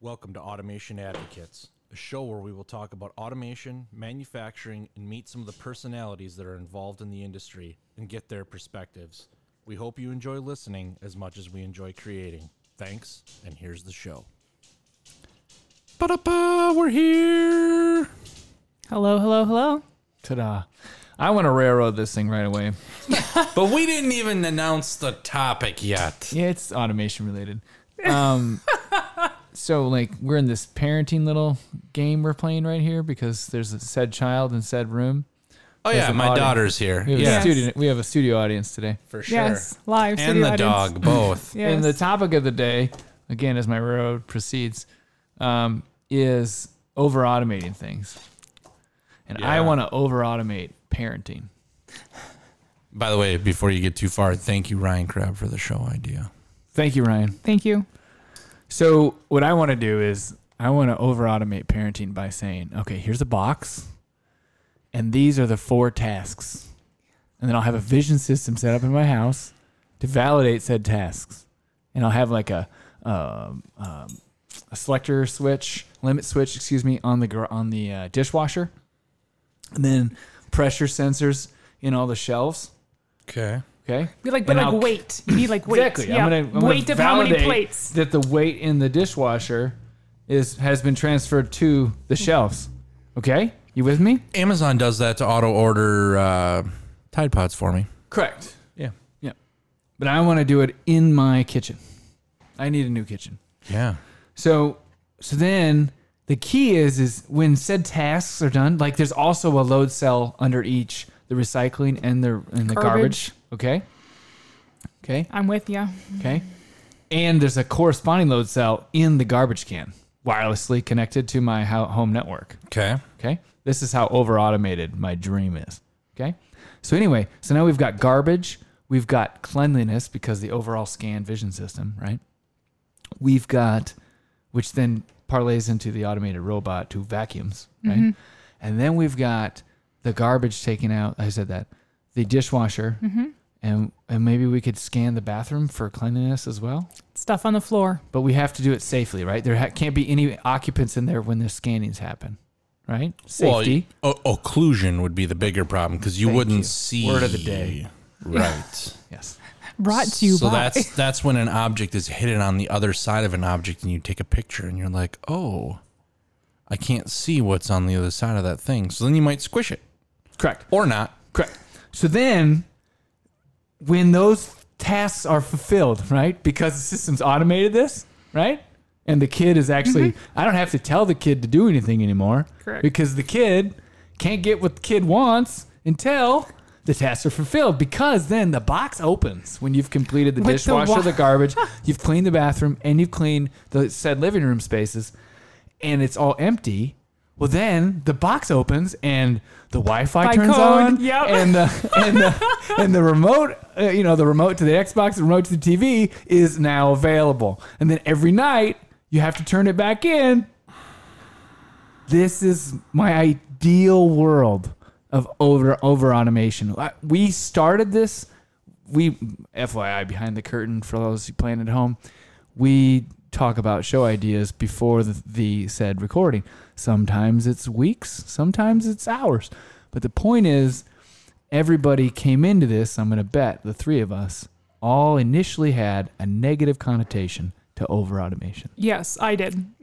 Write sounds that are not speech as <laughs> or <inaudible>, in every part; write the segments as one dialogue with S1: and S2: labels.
S1: Welcome to Automation Advocates, a show where we will talk about automation, manufacturing, and meet some of the personalities that are involved in the industry and get their perspectives. We hope you enjoy listening as much as we enjoy creating. Thanks, and here's the show. Ba-da-ba, we're here.
S2: Hello, hello, hello.
S3: Ta-da. I want to railroad this thing right away.
S4: But we didn't even announce the topic yet.
S3: Yeah, it's automation related. Um, so like we're in this parenting little game we're playing right here because there's a said child in said room.
S4: Oh yeah,
S3: an
S4: my
S3: audio-
S4: daughter's here.
S3: We have,
S4: Yeah,
S3: a,
S2: Yes.
S3: student, we have a studio audience today.
S1: For sure.
S2: Yes, live.
S4: and
S2: studio
S4: the
S2: audience.
S4: dog
S2: <laughs>
S4: both.
S2: Yes.
S3: And the topic of the day, again, as my railroad proceeds, um, is over automating things. And I
S4: Yeah.
S3: want to over automate parenting.
S4: By the way, before you get too far, thank you Ryan Crab for the show idea.
S3: Thank you, Ryan.
S2: Thank you.
S3: So what I want to do is I want to over automate parenting by saying, okay, here's a box, and these are the four tasks, and then I'll have a vision system set up in my house to validate said tasks, and I'll have like a um, um, a selector switch, limit switch, excuse me, on the gr- on the uh, dishwasher, and then pressure sensors in all the shelves.
S4: Okay.
S3: Okay.
S2: We like, but
S3: And I'll-
S2: like weight. You need
S3: <laughs>
S2: like weight.
S3: Exactly.
S2: Yeah.
S3: I'm gonna, I'm
S2: weight
S3: gonna
S2: of how many
S3: validate
S2: plates.
S3: that the weight in the dishwasher is has been transferred to the shelves. Okay, you with me?
S4: Amazon does that to auto order uh, Tide Pods for me.
S3: Correct.
S4: Yeah.
S3: Yeah, but I want to do it in my kitchen. I need a new kitchen.
S4: Yeah.
S3: So so then the key is is when said tasks are done, like there's also a load cell under each the recycling and the and the
S2: Garbage.
S3: garbage. Okay. Okay.
S2: I'm with you.
S3: Okay. And there's a corresponding load cell in the garbage can, wirelessly connected to my ho- home network.
S4: Okay.
S3: Okay. This is how over automated my dream is. Okay. So, anyway, so now we've got garbage, we've got cleanliness because the overall scan vision system, right? We've got, which then parlays into the automated robot to vacuums, right? And then we've got the garbage taken out. I said that. The dishwasher. And, and maybe we could scan the bathroom for cleanliness as well
S2: Stuff on the floor.
S3: but we have to do it safely, right? There ha- can't be any occupants in there when the scannings happen, right? Safety.
S4: Well, o- occlusion would be the bigger problem because you
S3: Thank
S4: wouldn't
S3: you.
S4: see.
S3: Word of the day. <laughs>
S4: Right.
S3: yes.
S2: Brought to you
S4: so
S2: by.
S4: that's that's when an object is hidden on the other side of an object and you take a picture and you're like oh i can't see what's on the other side of that thing so then you might squish it
S3: Correct.
S4: or not
S3: Correct. So then, when those tasks are fulfilled, right? Because the system's automated this, right? And the kid is actually, I don't have to tell the kid to do anything anymore.
S2: Mm-hmm. Correct.
S3: Because the kid can't get what the kid wants until the tasks are fulfilled. Because then the box opens when you've completed the
S2: With the
S3: dishwasher,
S2: wa-
S3: the garbage, you've cleaned the bathroom, and you've cleaned the said living room spaces, and it's all empty. Well, then the box opens and the Wi-Fi
S2: By
S3: turns
S2: code,
S3: on,
S2: yep.
S3: and the and the, and the remote, uh, you know, the remote to the Xbox, the remote to the TV is now available. And then every night you have to turn it back in. This is my ideal world of over over automation. I- We started this. We FYI behind the curtain for those who playing at home. We talk about show ideas before the, the said recording. Sometimes it's weeks, sometimes it's hours. But the point is, everybody came into this, I'm going to bet the three of us all initially had a negative connotation to over automation.
S2: <laughs> yes, I did. <laughs>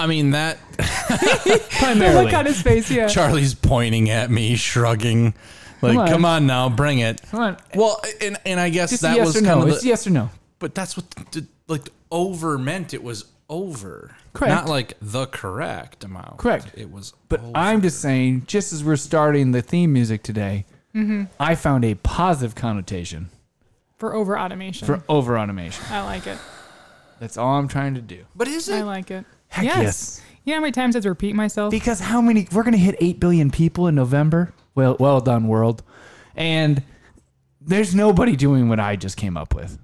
S4: i mean
S3: <laughs>
S4: that
S2: The
S3: Primarily.
S2: look on his face. Yeah.
S4: charlie's pointing at me shrugging like
S3: Come on.
S4: come on, now bring it
S3: Come on.
S4: well and and i guess
S3: Just a
S4: that
S3: yes
S4: was
S3: or
S4: kind
S3: no.
S4: of
S3: It's
S4: the,
S3: yes or no.
S4: but that's what the, like over meant it was over
S3: Correct.
S4: not like the correct amount
S3: Correct.
S4: it was
S3: But
S4: over.
S3: I'm just saying, just as we're starting the theme music today, I found a positive connotation
S2: For over automation.
S3: for over automation.
S2: I like it.
S3: That's all I'm trying to do.
S4: but is
S2: I
S4: it
S2: like it.
S3: Heck yes.
S2: You know how many times I had to repeat myself?
S3: Because how many? We're gonna hit eight billion people in November. Well, well done, world. And there's nobody doing what I just came up with.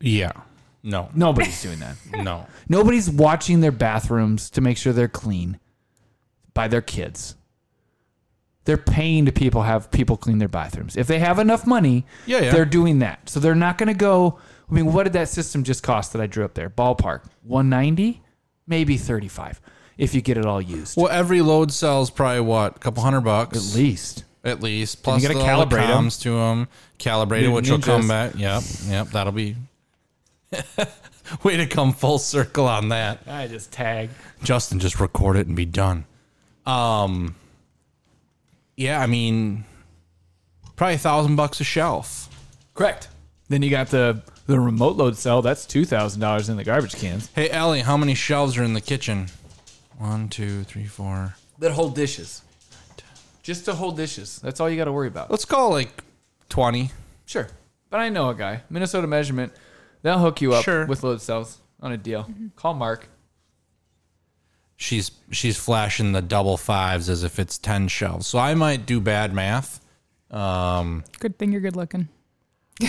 S4: yeah
S3: <laughs>
S4: no
S3: Nobody's doing that.
S4: no
S3: Nobody's watching their bathrooms to make sure they're clean by their kids. They're paying to people have people clean their bathrooms. If they have enough money,
S4: Yeah, yeah.
S3: they're doing that. So they're not going to go. I mean, what did that system just cost that I drew up there? Ballpark 190, maybe 35 if you get it all used.
S4: Well, every load sells probably what a couple hundred bucks
S3: At least.
S4: At least. Plus,
S3: you
S4: the
S3: gotta
S4: all the
S3: calibrate 'em.
S4: comms to them, calibrate it,
S3: Dude,
S4: which will come
S3: ninjas.
S4: back. Yep, yep. That'll be <laughs> way to come full circle on that.
S3: I just tag.
S4: Justin, just record it and be done. Um, yeah, I mean, probably a thousand bucks a shelf.
S3: Correct. Then you got the the remote load cell. That's two thousand dollars in the garbage cans.
S4: Hey, Ellie, how many shelves are in the kitchen? One, two, three, four.
S3: That hold dishes. Just to hold dishes. That's all you got to worry about.
S4: Let's call like twenty.
S3: Sure. But I know a guy, Minnesota Measurement. They'll hook you up
S4: Sure.
S3: with load cells on a deal. Call Mark.
S4: she's she's flashing the double fives as if it's 10 shelves so i might do bad math um
S2: Good thing you're good looking.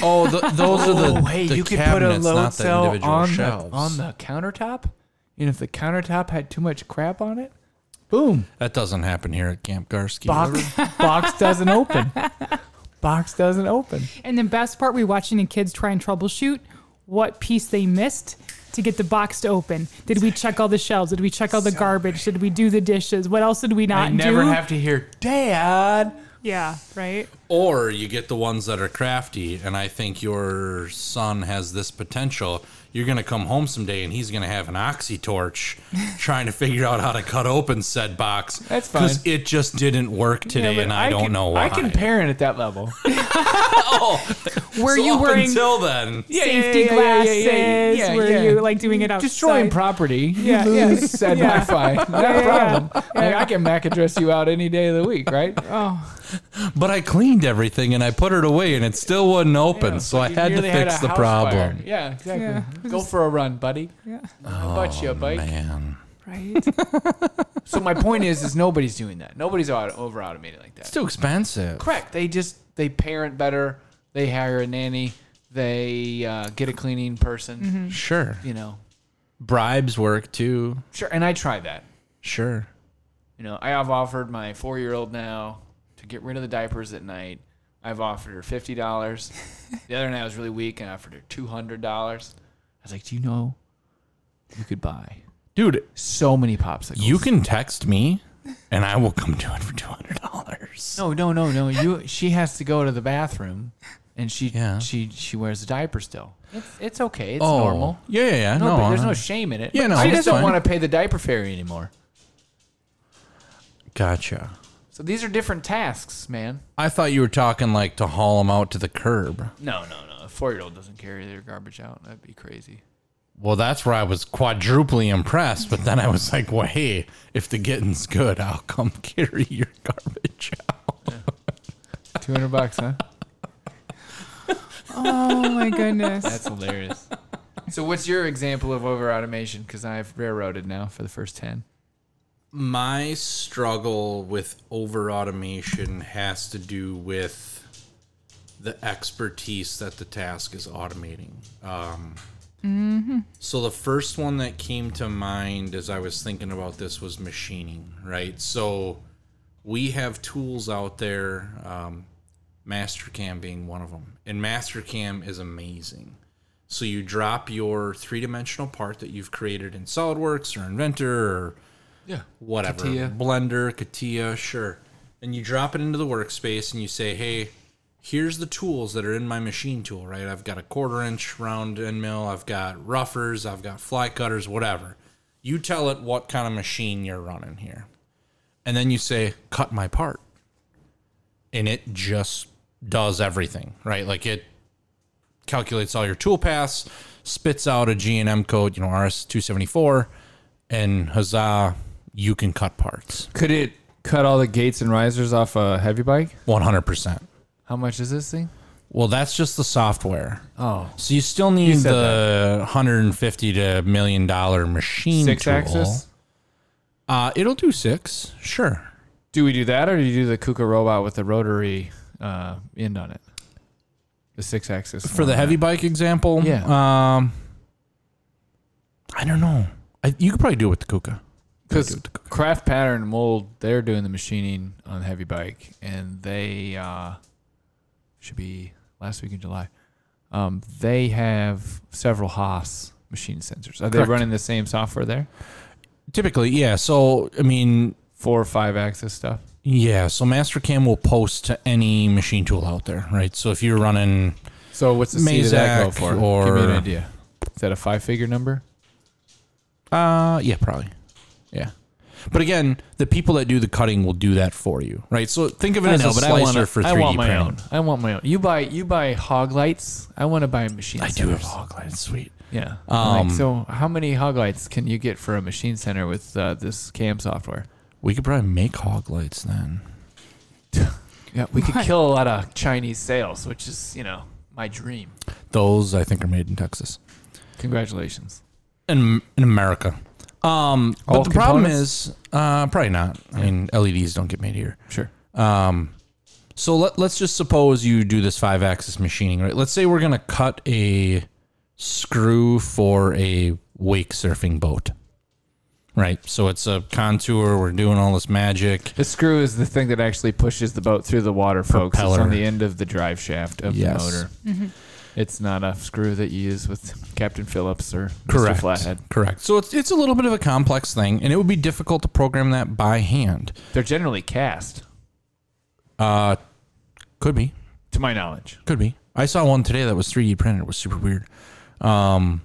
S4: oh th
S3: <laughs>
S4: those are the, the cabinets, not the individual
S3: on
S4: shelves
S3: the, on the countertop, and if the countertop had too much crap on it, boom,
S4: that doesn't happen here at camp garsky
S3: box <laughs> box doesn't open. Box doesn't open.
S2: And the best part, we watching the kids try and troubleshoot what piece they missed to get the box to open. Did we check all the shelves? Did we check all the garbage? Did we do the dishes? What else did we not
S3: I never
S2: do?
S3: have to hear, Dad.
S2: yeah, right.
S4: or you get the ones that are crafty and i think your son has this potential you're going to come home someday and he's going to have an oxy
S3: <laughs>
S4: torch trying to figure out how to cut open said box
S3: That's fine.
S4: it just didn't work today
S3: Yeah, but
S4: and i, don't
S3: can-
S4: know why Oh, <laughs>
S3: I can parent at that level. <laughs>
S2: Were
S4: So
S2: you
S4: up
S2: wearing
S4: until then
S2: safety
S3: yeah, yeah,
S2: glasses?
S3: yeah, yeah, yeah,
S2: Were
S3: yeah.
S2: you like doing it outside?
S3: <laughs> Destroying property, you
S2: Yeah, yeah.
S3: lose <laughs> said
S2: Yeah.
S3: Wi-Fi. Not
S2: Yeah,
S3: a
S2: yeah,
S3: problem. Like, I can MAC address you out any day of the week, right?
S2: oh,
S4: But I cleaned everything and I put it away and it still wasn't open, <laughs> so I
S3: You
S4: had to
S3: nearly had
S4: fix
S3: a
S4: the
S3: house
S4: problem.
S3: fire. Yeah, exactly.
S2: Yeah.
S3: Go for a run, buddy.
S2: yeah,
S3: Oh, Butt you, bike.
S4: Man.
S2: right.
S3: So my point is, is nobody's doing that. Nobody's auto- over automated like that.
S4: It's too expensive.
S3: Correct. They just they parent better. They hire a nanny. They uh, get a cleaning person.
S4: Sure.
S3: You know,
S4: Bribes work too.
S3: sure. And I try that.
S4: Sure.
S3: You know, I have offered my four year old now to get rid of the diapers at night. I've offered her fifty <laughs> dollars. the other night I was really weak and I offered her two hundred dollars. I was like, Do you know you could buy
S4: Dude,
S3: so many popsicles?
S4: you can text me and I will come do it for two hundred dollars.
S3: <laughs> No, no, no, no. You she has to go to the bathroom and she
S4: Yeah.
S3: she she wears a diaper still. It's it's okay. It's
S4: oh,
S3: normal.
S4: Yeah, yeah, yeah.
S3: No,
S4: No, uh-huh.
S3: but there's
S4: I-
S3: no shame in it.
S4: Yeah,
S3: But
S4: no,
S3: she
S4: it's
S3: just don't
S4: fine.
S3: want to pay the diaper fairy anymore.
S4: gotcha.
S3: So these are different tasks, man.
S4: I thought you were talking like to haul them out to the curb.
S3: No, no, no. A four year old doesn't carry their garbage out. That'd be crazy.
S4: Well, that's where I was quadruply impressed, but then I was like, well, hey, if the getting's good, I'll come <laughs> carry your garbage out.
S3: Two hundred
S4: <laughs>
S3: bucks, huh?
S2: Oh my
S3: <laughs>
S2: goodness.
S3: That's hilarious. So, what's your example of over automation? Because I've railroaded now for the first 10.
S4: my struggle with over automation has to do with the expertise that the task is automating. Um, So the first one that came to mind as I was thinking about this was machining, right? So we have tools out there, um, Mastercam being one of them, and Mastercam is amazing. So you drop your three dimensional part that you've created in SolidWorks or Inventor or
S3: Yeah.
S4: whatever
S3: Katia.
S4: blender katia sure and you drop it into the workspace and you say hey here's the tools that are in my machine tool right i've got a quarter inch round end mill i've got roughers i've got fly cutters whatever you tell it what kind of machine you're running here and then you say cut my part and it just does everything right like it calculates all your tool paths spits out a g&m code you know rs274 and huzzah you can cut parts
S3: Could it cut all the gates and risers off a heavy bike?
S4: 100%
S3: How much is this thing?
S4: well that's just the software
S3: Oh.
S4: so you still need
S3: said
S4: the 150 to million dollar machine
S3: Six
S4: tool.
S3: axis?
S4: uh, it'll do six sure
S3: Do we do that or do you do the Kuka robot with the rotary uh, end on it? The six axis.
S4: for the heavy bike example
S3: Yeah.
S4: um, i don't know I, you could probably do it with the kuka
S3: Because Craft Pattern Mold, they're doing the machining on the heavy bike, and they uh, should be last week in July. Um, they have several Haas machine sensors. Are they
S4: Correct.
S3: running the same software there?
S4: Typically, yeah. So, I mean,
S3: Four or five axis stuff?
S4: yeah. So, Mastercam will post to any machine tool out there, right? So, if you're running,
S3: So what's the seed of that go
S4: Mazak
S3: for? Give me an
S4: or-
S3: idea. Is that a five figure number?
S4: uh, yeah, probably.
S3: Yeah.
S4: But again, the people that do the cutting will do that for you, right? So, think of it as a slicer for 3D
S3: I want my
S4: printing.
S3: own. I want my own. You buy you buy hog lights. I want to buy a machine.
S4: I do have
S3: centers.
S4: Hogline. It's sweet.
S3: Yeah.
S4: Um,
S3: like, so how many hog lights can you get for a machine center with uh, this cam software?
S4: We could probably make hog lights then.
S3: Yeah, we could kill a lot of Chinese sales, which is you know my dream.
S4: Those I think are made in Texas
S3: Congratulations.
S4: in, in America. Um, but
S3: All
S4: the problem
S3: components?
S4: is uh, probably not. I mean, LEDs don't get made here.
S3: Sure.
S4: Um, so let, let's just suppose you do this five axis machining, right? Let's say we're going to cut a screw for a wake surfing boat, right? So it's a contour. We're doing all this magic.
S3: The screw is the thing that actually pushes the boat through the water, folks. It's on
S4: Propeller.
S3: the end of the drive shaft of
S4: Yes.
S3: the motor. It's not a screw that you use with Captain Phillips or Mr.
S4: Correct.
S3: Flathead.
S4: Correct. So it's, it's a little bit of a complex thing, and it would be difficult to program that by hand.
S3: They're generally cast,
S4: Uh, could be.
S3: to my knowledge.
S4: Could be. I saw one today that was 3D printed. It was super weird. Um,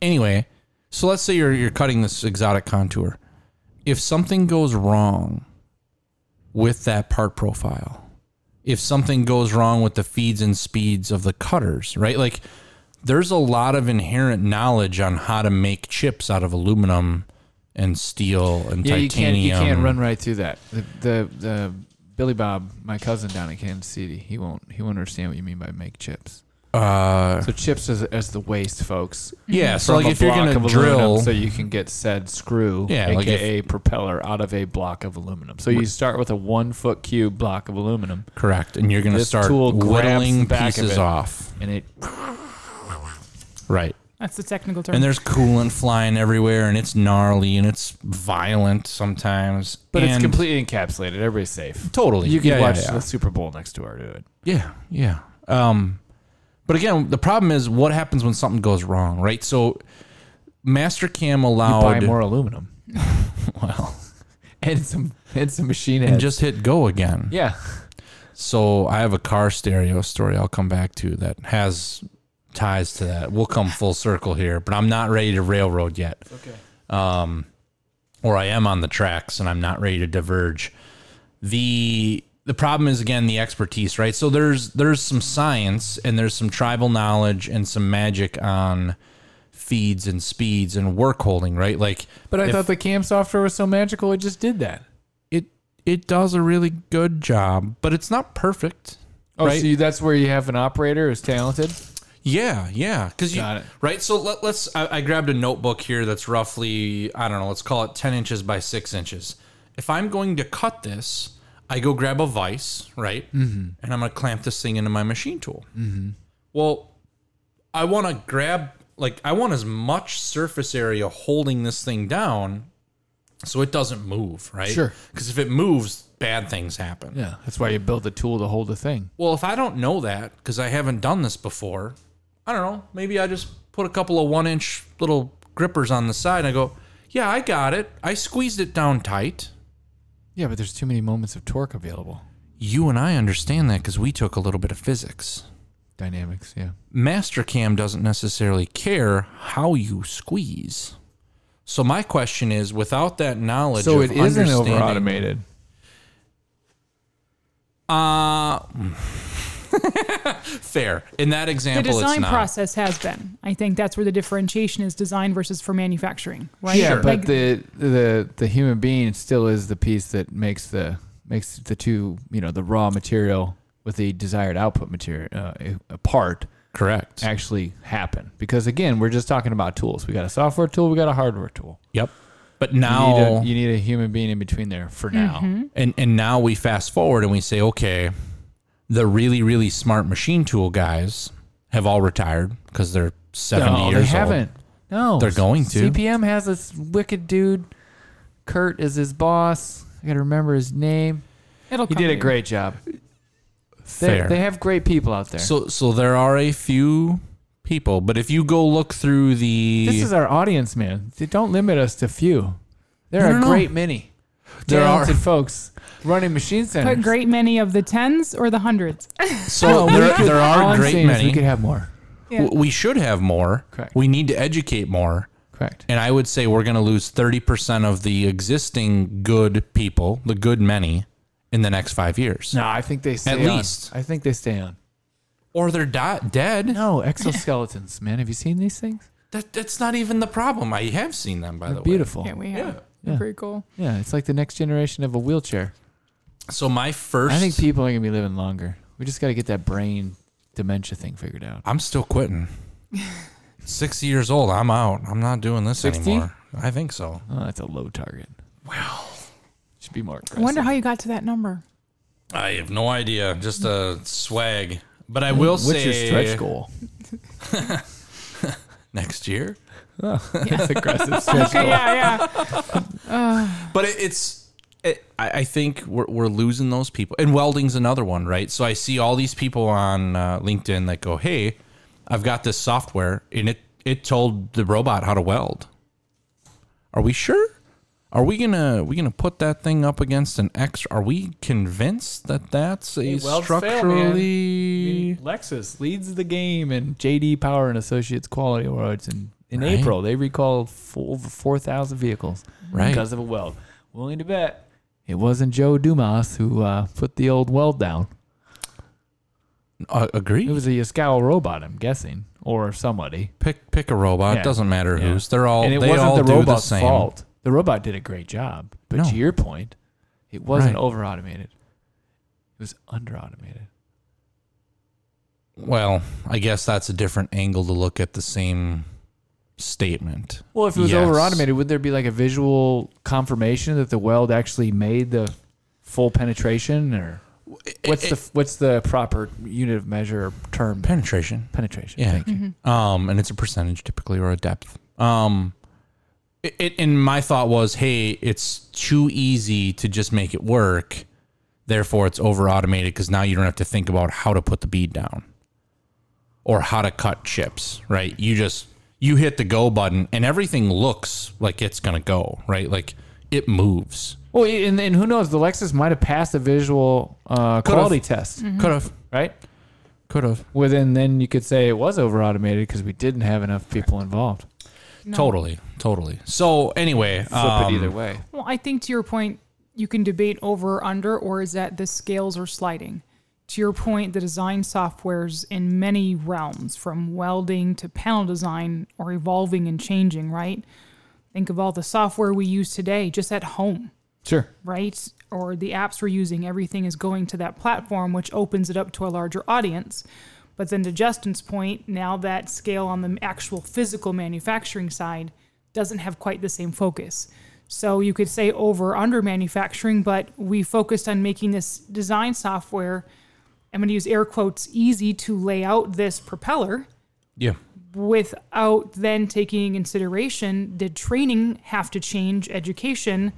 S4: anyway, so let's say you're you're cutting this exotic contour. If something goes wrong with that part profile, if something goes wrong with the feeds and speeds of the cutters, right? Like there's a lot of inherent knowledge on how to make chips out of aluminum and steel and
S3: Yeah, you can't
S4: titanium.
S3: you can't run right through that. The, the the Billy Bob, my cousin down in Kansas City, he won't he won't understand what you mean by make chips.
S4: Uh,
S3: So chips is, is the waste, folks.
S4: yeah, so
S3: from
S4: like
S3: a
S4: if you're
S3: block
S4: gonna
S3: of aluminum,
S4: drill,
S3: so you can get said screw,
S4: Yeah, like
S3: aka propeller, out of a block of aluminum. So you start with a one foot cube block of aluminum,
S4: Correct. And you're going to
S3: This
S4: start
S3: tool grabs the
S4: whittling
S3: back of
S4: pieces
S3: it.
S4: off.
S3: and it
S4: Right.
S2: That's the technical term.
S4: And there's coolant flying everywhere and it's gnarly and it's violent sometimes.
S3: but it's
S4: and-
S3: completely encapsulated. Everybody's safe.
S4: Totally.
S3: You can
S4: Yeah, yeah,
S3: watch
S4: yeah.
S3: the Super Bowl next door to it.
S4: Yeah, yeah. Um, but again, the problem is what happens when something goes wrong, right? So Mastercam
S3: You buy
S4: allowed
S3: more aluminum
S4: <laughs> well,
S3: and some and some machine
S4: and
S3: heads.
S4: just hit go again.
S3: yeah,
S4: So I have a car stereo story I'll come back to that has ties to that. We'll come full circle here, but I'm not ready to railroad yet. Okay. Um, or I am on the tracks and I'm not ready to diverge. The the problem is again the expertise, right? So there's there's some science and there's some tribal knowledge and some magic on feeds and speeds and work holding, right? Like
S3: but I
S4: if-
S3: thought the cam software was so magical it just did that.
S4: it it does a really good job, but it's not perfect.
S3: Oh,
S4: right?
S3: so you- that's where you have an operator who's talented.
S4: Yeah, yeah. Because you
S3: Got it.
S4: right. So let, let's. I, I grabbed a notebook here that's roughly I don't know. Let's call it ten inches by six inches. If I'm going to cut this, I go grab a vise, right, mm-hmm. and I'm going to clamp this thing into my machine tool. Mm-hmm. Well, I want to grab like I want as much surface area holding this thing down, so it doesn't move, right?
S3: Sure.
S4: Because if it moves, bad things happen.
S3: Yeah, that's why you build the tool to hold the thing.
S4: Well, if I don't know that because I haven't done this before, I don't know. Maybe I just put a couple of one inch little grippers on the side and I go, yeah, I got it. I squeezed it down tight.
S3: Yeah, but there's too many moments of torque available.
S4: You and I understand that because we took a little bit of physics.
S3: Dynamics, yeah.
S4: Mastercam doesn't necessarily care how you squeeze. So my question is, without that knowledge,
S3: So
S4: of
S3: it isn't over
S4: understanding-
S3: automated.
S4: Uh, <laughs> fair. In that
S2: the
S4: example, it's
S2: design
S4: not.
S2: process has been. I think that's where the differentiation is design versus for manufacturing, right?
S3: Yeah, but
S2: Like,
S3: the the the human being still is the piece that makes the makes the two you know the raw material with the desired output material uh, a part
S4: Correct.
S3: actually happen. Because again, we're just talking about tools. We got a software tool. We got a hardware tool.
S4: Yep. But
S3: You
S4: now
S3: need a, you need a human being in between there for now.
S4: and and now we fast forward and we say okay the really really smart machine tool guys have all retired because they're 70
S3: no,
S4: years
S3: they
S4: old
S3: haven't. No,
S4: They're going to.
S3: CPM has this wicked dude Kurt is his boss. I gotta remember his name.
S2: It'll
S3: He
S2: come
S3: did a
S2: to you.
S3: great job. They,
S1: Fair.
S3: they have great people out there.
S4: So so there are a few people, but if you go look through the
S3: this is our audience, man. They Don't limit us to few. There
S4: No,
S3: are
S4: no,
S3: a
S4: no.
S3: great many
S4: There are.
S3: talented folks running machine centers.
S2: Put great many of the tens or the hundreds.
S4: so there, there
S3: All
S4: are
S3: I'm
S4: great
S3: saying is
S4: many.
S3: We could have more.
S2: Yeah.
S4: W- We should have more.
S3: Correct.
S4: We need to educate more.
S3: Correct.
S4: And I would say we're going to lose 30% of the existing good people, the good many, in the next five years.
S3: No, I think they stay on.
S4: least.
S3: I think they stay on.
S4: Or they're di- dead.
S3: No, exoskeletons, man. Have you seen these things?
S4: That, that's not even the problem. I have seen them, by the
S3: They're
S4: way.
S3: beautiful.
S2: Yeah, we have.
S4: Yeah.
S2: They're
S3: Yeah.
S2: Pretty cool.
S3: Yeah, it's like the next generation of a wheelchair.
S4: So my first.
S3: I think people are gonna be living longer. We just gotta get that brain dementia thing figured out.
S4: I'm still
S3: <laughs>
S4: quitting. 60 years old. I'm out. I'm not doing this
S3: 60?
S4: anymore. I think so.
S3: Oh, that's a low target.
S4: Wow.
S3: Should be more
S2: I
S3: aggressive.
S2: wonder how you got to that number.
S4: I have no idea. Just
S3: <laughs>
S4: a swag. But I will
S3: What's
S4: say
S3: your stretch <laughs> goal?
S4: next year.
S3: Oh, <laughs>
S2: <laughs>
S3: That's aggressive stretch goal.
S2: yeah, yeah.
S4: But it, it's, it, I, I think we're, we're losing those people. And welding's another one, right? So I see all these people on uh, LinkedIn that go, "Hey, I've got this software, and it it told the robot how to weld." Are we sure? Are we gonna we gonna put that thing up against an X? Are we convinced that that's a
S3: welds fail, man.
S4: structurally?
S3: Lexus leads the game in JD Power and Associates Quality Awards, and in
S4: Right.
S3: April they recalled four, over four thousand vehicles
S4: Right.
S3: because of a weld. Willing to bet it wasn't Joe Dumas who uh, put the old weld down.
S4: Uh, agree.
S3: It was a Yaskawa robot, I'm guessing, or somebody.
S4: pick pick a robot.
S3: Yeah.
S4: Doesn't matter
S3: Yeah.
S4: who's. They're all.
S3: and it
S4: they
S3: wasn't
S4: all
S3: the
S4: do the
S3: robot's
S4: same.
S3: fault. The robot did a great job, but
S4: No.
S3: to your point, it wasn't
S4: Right.
S3: over automated. It was under automated.
S4: Well, I guess that's a different angle to look at the same statement.
S3: Well, if it was
S4: Yes.
S3: over automated, would there be like a visual confirmation that the weld actually made the full penetration, or what's the what's the proper unit of measure or term?
S4: penetration?
S3: penetration.
S4: Yeah.
S3: Thank you.
S4: Um, and it's a percentage typically or a depth. Um, it, it and my thought was, hey, it's too easy to just make it work. Therefore, it's over automated because now you don't have to think about how to put the bead down or how to cut chips. Right? You just you hit the go button and everything looks like it's gonna go right. Like it moves.
S3: Well, and, and who knows? The Lexus might have passed a visual uh,
S4: Could've.
S3: quality test,
S4: Could have.
S3: right?
S4: Could have.
S3: Well, then then you could say it was over automated because we didn't have enough people involved.
S4: Totally, totally. So anyway,
S3: Flip
S4: um,
S3: it either way.
S2: <laughs> Well, I think to your point, you can debate over or under, or is that the scales are sliding? To your point, the design softwares in many realms, from welding to panel design, are evolving and changing, right? Think of all the software we use today just at home.
S3: Sure.
S2: right? Or the apps we're using, everything is going to that platform, which opens it up to a larger audience. But then, to Justin's point, now that scale on the actual physical manufacturing side doesn't have quite the same focus. So you could say over under manufacturing, but we focused on making this design software. I'm going to use air quotes easy to lay out this propeller
S4: yeah,
S2: without then taking in consideration did training have to change education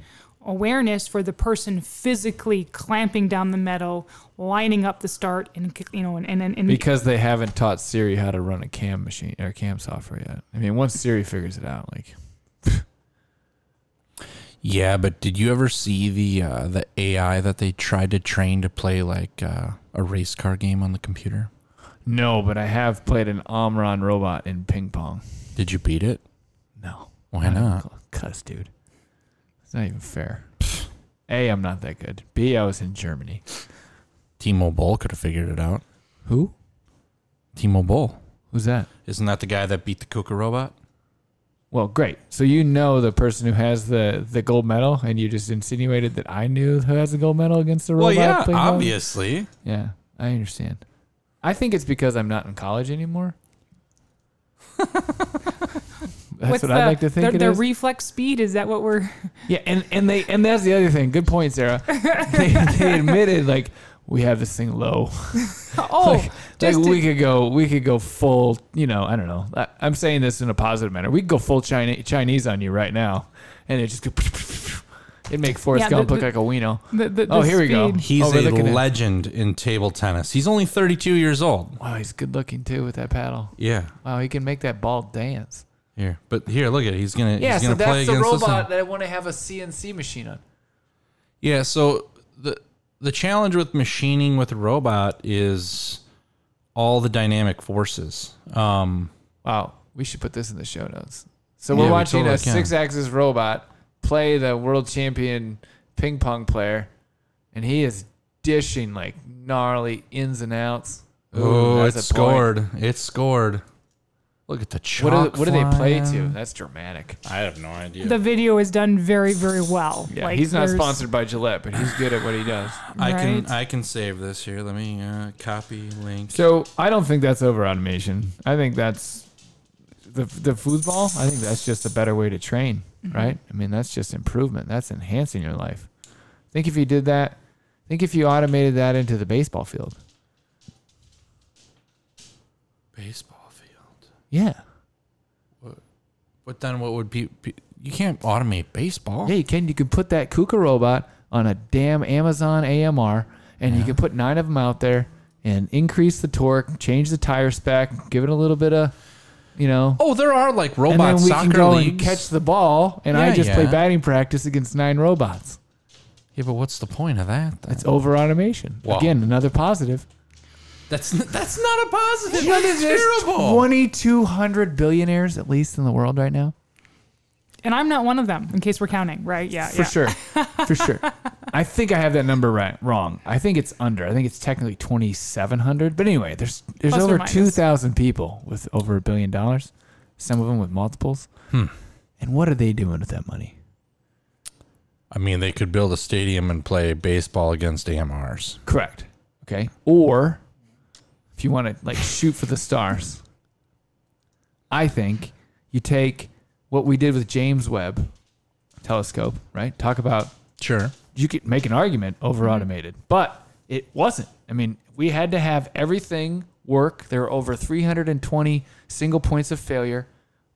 S2: awareness for the person physically clamping down the metal lining up the start and you know and and, and, and
S3: Because they haven't taught Siri how to run a cam machine or cam software yet. I mean, once Siri figures it out, like
S4: yeah. But did you ever see the uh, the AI that they tried to train to play like uh, a race car game on the computer?
S3: no, but I have played an Omron robot in ping pong.
S4: Did you beat it?
S3: No,
S4: Why not?
S3: Cuss, dude. It's not even fair. A, I'm not that good. B, I was in Germany.
S4: T-Mobile could have figured it out.
S3: Who?
S4: T-Mobile
S3: Who's that?
S4: isn't that the guy that beat the Kuka robot?
S3: Well, great. So you know the person who has the the gold medal, and you just insinuated that I knew who has the gold medal against the robot. ping pong?
S4: obviously.
S3: Yeah, I understand. I think it's because I'm not in
S2: <laughs>
S3: college anymore. That's
S2: what's
S3: what
S2: the-
S3: I'd like to think
S2: their,
S3: it
S2: their
S3: is.
S2: reflex speed is that what we're <laughs>
S3: yeah, and, and they and that's the other thing. Good point, Sarah. they, they admitted like we have this thing low. <laughs>
S2: oh
S3: like, like
S2: just to-
S3: we could go we could go full you know i don't know I, i'm saying this in a positive manner we could go <laughs> full China, chinese on you right now and it just go It makes Forrest
S2: Yeah, the-
S3: Gump look
S2: the-
S3: like a weeno.
S2: The, the,
S3: Oh,
S2: the
S3: here we go.
S2: speed-
S4: He's
S3: Oh, we're
S4: a
S3: looking at-
S4: legend in table tennis. He's only 32 years old.
S3: Wow, he's good looking too with that paddle.
S4: Yeah.
S3: Wow, he can make that ball dance.
S4: Here, but here, look at it. He's gonna.
S3: Yeah,
S4: he's
S3: so
S4: gonna play
S3: that's the
S4: against this
S3: robot
S4: one.
S3: that I want to have a CNC machine on.
S4: Yeah, so the the challenge with machining with a robot is all the dynamic forces. Um,
S3: Wow, we should put this in the show notes. So
S4: Yeah,
S3: we're
S4: we
S3: watching
S4: totally
S3: a
S4: can.
S3: six-axis robot play the world champion ping pong player, and he is dishing like gnarly ins and outs. Ooh,
S4: oh,
S3: that's
S4: it
S3: a point.
S4: scored. It scored. Look at the
S3: What
S4: chalk.
S3: do, what do they play to?
S4: flying.
S3: That's dramatic.
S4: I have no idea.
S2: The video is done very, very well.
S3: Yeah,
S2: Like,
S3: he's not
S2: there's-
S3: sponsored by Gillette, but he's good at what he does.
S4: I can
S2: Right.
S4: I can save this here. Let me uh, copy link.
S3: So I don't think that's over automation. I think that's the the foosball. I think that's just a better way to train, right? I mean, that's just improvement. That's enhancing your life. Think if you did that. Think if you automated that into the baseball field.
S4: Baseball field.
S3: Yeah.
S4: But then what would be? be- You can't automate baseball.
S3: Yeah, you can. You can put that Kuka robot on a damn Amazon AMR, and you can put nine of them out there and increase the torque, change the tire spec, give it a little bit of, you know,
S4: Oh, there are like robot
S3: and then we
S4: soccer
S3: can go
S4: leagues.
S3: and catch the ball, and I
S4: Yeah,
S3: just play
S4: yeah.
S3: batting practice against nine robots.
S4: yeah, but what's the point of that? then?
S3: It's over automation.
S4: Wow.
S3: Again, another positive.
S4: That's that's not a positive. That's
S3: There's
S4: terrible.
S3: 2,200 billionaires at least in the world right now.
S2: And I'm not one of them, in case we're counting, right? Yeah.
S3: For
S2: yeah.
S3: sure. <laughs> For sure. I think I have that number right, wrong. I think it's under. I think it's technically 2,700. But anyway, there's there's
S2: Plus or
S3: over
S2: minus.
S3: 2,000 people with over a billion dollars, some of them with multiples.
S4: Hmm.
S3: And what are they doing with that money?
S4: I mean, they could build a stadium and play baseball against AMRs.
S3: Correct. Okay. Or if you want to like shoot for the stars, I think you take what we did with James Webb telescope, right? Talk about
S4: Sure.
S3: you could make an argument over automated, but it wasn't. I mean, we had to have everything work. There were over 320 single points of failure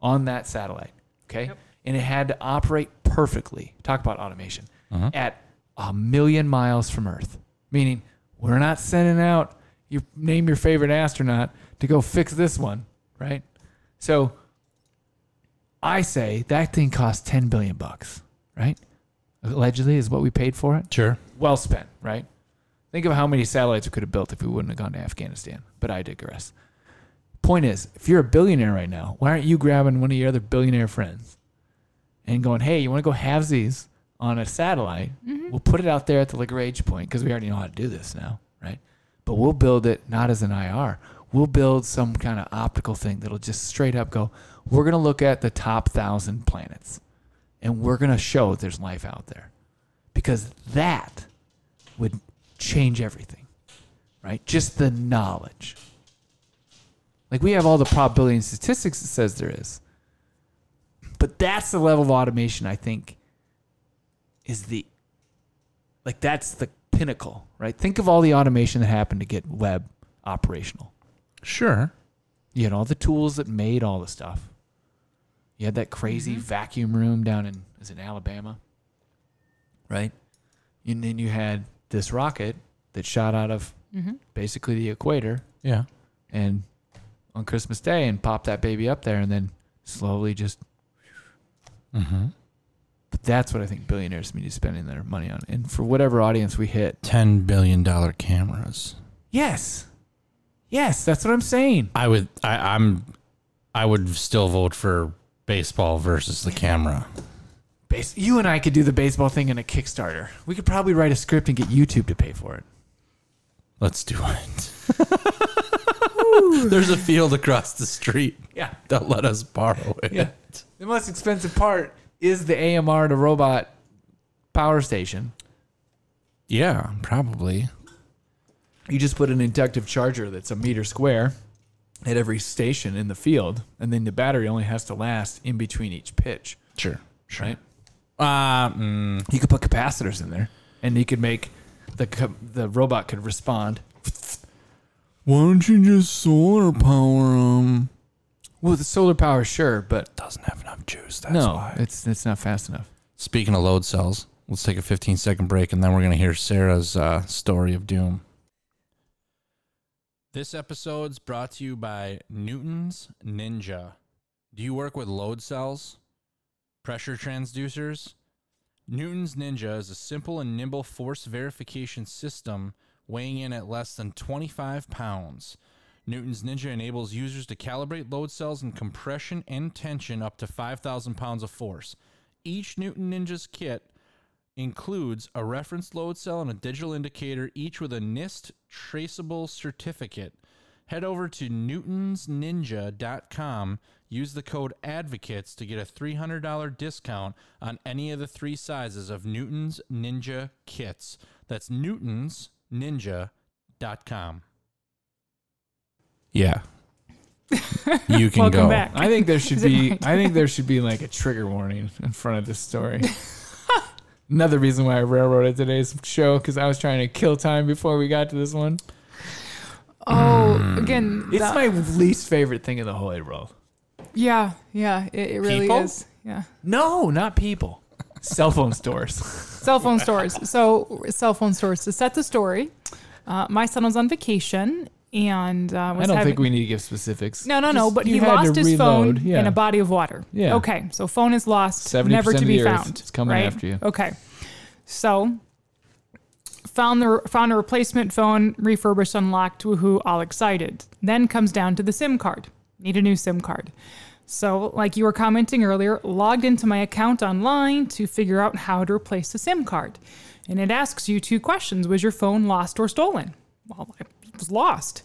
S3: on that satellite. Okay. And it had to operate perfectly. Talk about automation at a million miles from Earth, meaning we're not sending out your name your favorite astronaut to go fix this one, right? So I say that thing cost 10 billion bucks, right? Allegedly is what we paid for it
S4: Sure.
S3: well spent, right? Think of how many satellites we could have built if we wouldn't have gone to Afghanistan. But I digress. Point is, if you're a billionaire right now, why aren't you grabbing one of your other billionaire friends and going, hey, you want to go halvesies on a satellite? We'll put it out there at the Lagrange point because we already know how to do this now, right? But we'll build it not as an IR. We'll build some kind of optical thing that'll just straight up go, we're going to look at the top thousand planets and we're going to show there's life out there because that would change everything, right? Just the knowledge. Like we have all the probability and statistics it says there is. But that's the level of automation I think is the like that's the pinnacle, right? Think of all the automation that happened to get web operational.
S4: Sure.
S3: You had all the tools that made all the stuff. You had that crazy vacuum room down in is it Alabama, right? And then you had this rocket that shot out of basically the equator
S4: Yeah.
S3: and on Christmas Day and popped that baby up there and then slowly just. Mm-hmm. But that's what I think billionaires need to be spending their money on, and for whatever audience we hit.
S4: Ten billion dollar cameras.
S3: Yes, yes, that's what I'm saying.
S4: I would. I, I'm. I would still vote for baseball versus the camera.
S3: Base- you and I could do the baseball thing in a Kickstarter. We could probably write a script and get YouTube to pay for it.
S4: Let's do <laughs> it. There's a field across the street.
S3: Yeah.
S4: That let us borrow it.
S3: Yeah. <laughs> The most expensive part is the AMR to robot power station.
S4: Yeah, probably.
S3: You just put an inductive charger that's a meter square at every station in the field, and then the battery only has to last in between each pitch,
S4: Sure. Sure.
S3: right?
S4: Uh, mm,
S3: You could put capacitors in there, and you could make the co- the robot could respond.
S4: Why don't you just solar power them?
S3: Well, the solar power, sure, but
S4: Doesn't have enough juice. That's
S3: no,
S4: why.
S3: it's it's not fast enough.
S4: Speaking of load cells, Let's take a 15 second break and then we're going to hear Sarah's uh, story of doom. This episode's brought to you by Newton's Ninja. Do you work with load cells, pressure transducers? Newton's Ninja is a simple and nimble force verification system weighing in at less than 25 pounds. Newton's Ninja enables users to calibrate load cells and compression and tension up to 5,000 pounds of force. Each Newton Ninja's kit includes a reference load cell and a digital indicator, each with a NIST traceable certificate. Head over to newtonsninja.com. Use the code ADVOCATES to get a $300 discount on any of the three sizes of Newton's Ninja kits. That's newtonsninja.com.
S5: <laughs>
S4: Yeah. You can
S5: Welcome
S4: go.
S5: back.
S3: I think there <laughs> should
S5: Is it
S3: be.
S5: mine?
S3: I think there should be like a trigger warning in front of this story. Another reason why I railroaded today's show because I was trying to kill time before we got to this one.
S2: Oh,
S4: Hmm.
S2: again,
S3: It's
S2: that-
S3: my least favorite thing in the whole world.
S2: yeah, yeah, it, it really
S3: People?
S2: is. Yeah,
S3: No, not people. Cell
S2: <laughs>
S3: phone stores.
S2: cell phone stores. So cell phone stores to set the story. Uh, my son was on vacation and uh, was
S3: I don't
S2: having,
S3: think we need to give specifics.
S2: No, no, no.
S3: Just
S2: But
S3: you
S2: he
S3: had to
S2: lost his
S3: reload,
S2: phone
S3: yeah.
S2: in a body of water.
S3: Yeah.
S2: Okay. So phone is lost,
S3: 70%
S2: never
S3: of
S2: to
S3: the
S2: be
S3: earth.
S2: found.
S3: It's coming
S2: right?
S3: after you.
S2: Okay. So found the found a replacement phone, refurbished, unlocked, woohoo, all excited. Then comes down to the SIM card. Need a new SIM card. So, like you were commenting earlier, logged into my account online to figure out how to replace the SIM card. And it asks you two questions Was your phone lost or stolen? Well, it was lost.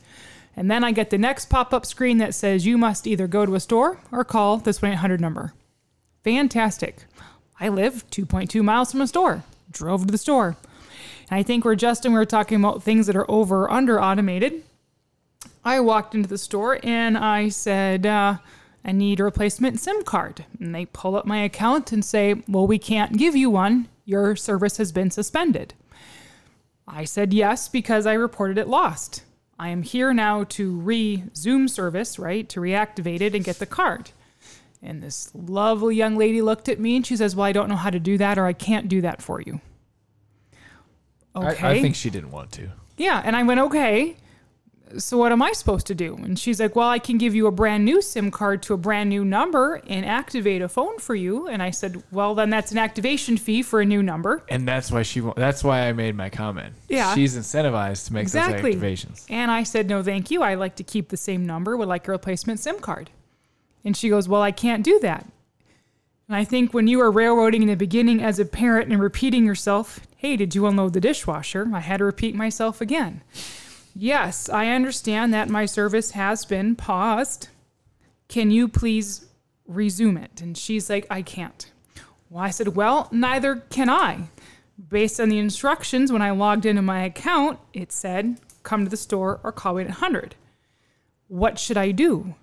S2: And then I get the next pop up screen that says you must either go to a store or call this 1 800 number. Fantastic. I live 2.2 miles from a store, drove to the store. And I think where Justin, we were talking about things that are over or under automated. I walked into the store and I said, uh, I need a replacement SIM card. And they pull up my account and say, Well, we can't give you one. Your service has been suspended. I said yes because I reported it lost. I am here now to re Zoom service, right? To reactivate it and get the card. And this lovely young lady looked at me and she says, Well, I don't know how to do that or I can't do that for you. Okay.
S3: I, I think she didn't want to.
S2: Yeah. And I went, okay, so what am I supposed to do? And she's like, well, I can give you a brand new SIM card to a brand new number and activate a phone for you. And I said, well, then that's an activation fee for a new number.
S3: And that's why she. wa- That's why I made my comment.
S2: Yeah.
S3: She's incentivized to make
S2: Exactly.
S3: those activations.
S2: And I said, no, thank you. I like to keep the same number, would like a replacement SIM card. And she goes, well, I can't do that. And I think when you are railroading in the beginning as a parent and repeating yourself, hey, did you unload the dishwasher? I had to repeat myself again. Yes, I understand that my service has been paused. Can you please resume it? And she's like, I can't. Well, I said, Well, neither can I. Based on the instructions, when I logged into my account, it said, Come to the store or call 1 800. What should I do?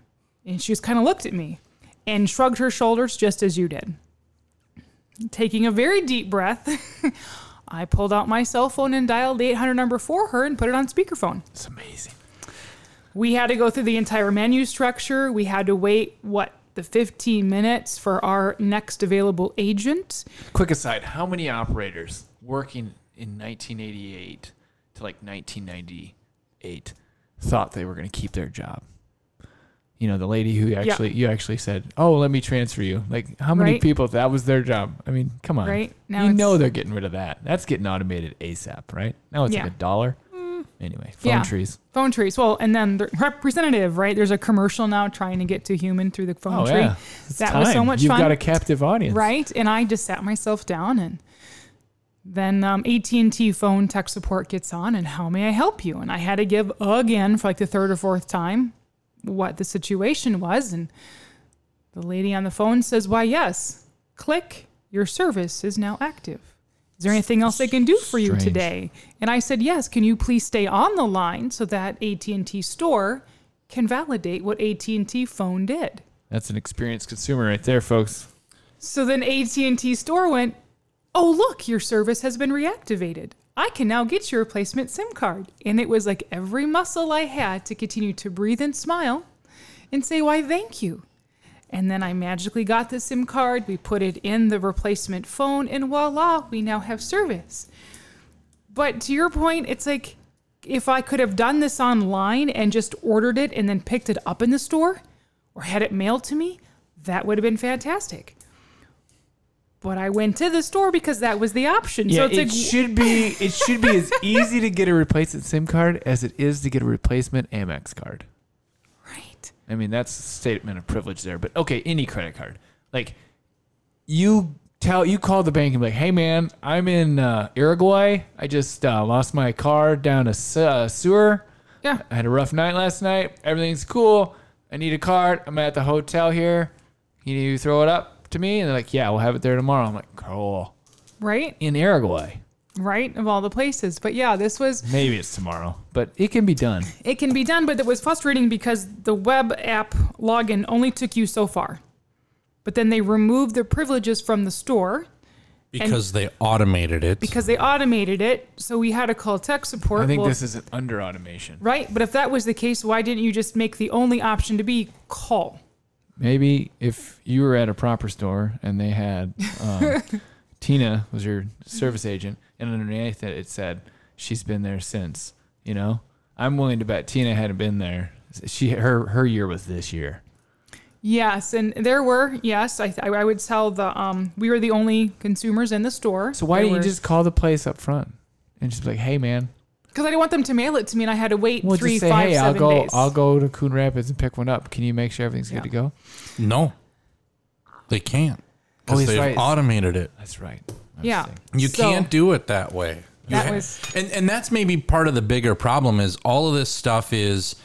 S2: And she just kind of looked at me and shrugged her shoulders just as you did. Taking a very deep breath, <laughs> I pulled out my cell phone and dialed the 800 number for her and put it on speakerphone.
S3: It's amazing.
S2: We had to go through the entire menu structure. We had to wait, what, the 15 minutes for our next available agent.
S3: Quick aside: How many operators working in 1988 to like 1998 thought they were going to keep their job? You know, the lady who actually you actually said, "Oh, let me transfer you." Like, how many
S2: Right.
S3: people that was their job? I mean, come on.
S2: Right. Now
S3: Now you
S2: it's-
S3: know they're getting rid of that. That's getting automated ASAP, right? Now it's
S2: Yeah. Mm.
S3: like a dollar. Anyway, phone
S2: Yeah.
S3: trees.
S2: Phone trees. Well, and then the representative, right? There's a commercial now trying to get to human through the phone
S3: Oh
S2: tree.
S3: yeah, It's
S2: That was so
S3: time.
S2: much
S3: You've
S2: fun.
S3: got a captive audience,
S2: Right. And I just sat myself down and then um, AT&T phone tech support gets on and how may I help you? And I had to give again for like the third or fourth time what the situation was. And the lady on the phone says, why, yes, click. Your service is now active. Is there anything else I can do for you
S3: Strange.
S2: today? And I said, yes. Can you please stay on the line so that AT&T store can validate what AT&T phone did?
S3: That's an experienced consumer right there, folks.
S2: So then AT&T store went, "Oh, look, your service has been reactivated. I can now get your replacement SIM card." And it was like every muscle I had to continue to breathe and smile and say why thank you. And then I magically got the SIM card. We put it in the replacement phone, and voila, we now have service. But to your point, it's like if I could have done this online and just ordered it and then picked it up in the store or had it mailed to me, that would have been fantastic. But I went to the store because that was the option.
S3: Yeah,
S2: so it's
S3: it
S2: like,
S3: should be it should be as easy to get a replacement SIM card as it is to get a replacement Amex card.
S2: right.
S3: I mean, that's a statement of privilege there. But okay, any credit card. Like you tell you call the bank and be like, "Hey man, I'm in uh, Uruguay. I just uh, lost my car down a se- uh, sewer.
S2: Yeah.
S3: I had a rough night last night. Everything's cool. I need a card. I'm at the hotel here. Can you throw it up to me?" And they're like, "Yeah, we'll have it there tomorrow." I'm like, "Cool."
S2: Right?
S3: In Uruguay.
S2: Right? Of all the places. But yeah, this was
S3: Maybe it's tomorrow, but it can be done.
S2: it can be done, but it was frustrating because the web app login only took you so far. But then they removed the privileges from the store
S4: because they automated it.
S2: because they automated it. So we had to call tech support.
S3: I think
S2: Well,
S3: this is an under automation.
S2: right, but if that was the case, why didn't you just make the only option to be call?
S3: Maybe if you were at a proper store and they had
S2: <laughs>
S3: um, Tina was your service agent, and underneath it it said she's been there since. You know, I'm willing to bet Tina hadn't been there. She her her year was this year.
S2: Yes, and there were yes. I I I would tell the um we were the only consumers in the store.
S3: So why
S2: There
S3: didn't you
S2: were-
S3: just call the place up front and just be like, hey man,
S2: Because I didn't want them to mail it to me, and I had to wait
S3: we'll
S2: three,
S3: just say,
S2: five,
S3: hey, I'll
S2: seven
S3: go
S2: days.
S3: I'll go to Coon Rapids and pick one up. Can you make sure everything's
S2: Yeah.
S3: good to go?
S4: no, they can't
S3: Oh,
S4: because
S3: that's
S4: they've
S3: right.
S4: automated it.
S3: That's right.
S2: yeah,
S4: You
S2: So-
S4: can't do it that way. You
S2: That
S4: ha-
S2: was-
S4: and and that's maybe part of the bigger problem is all of this stuff is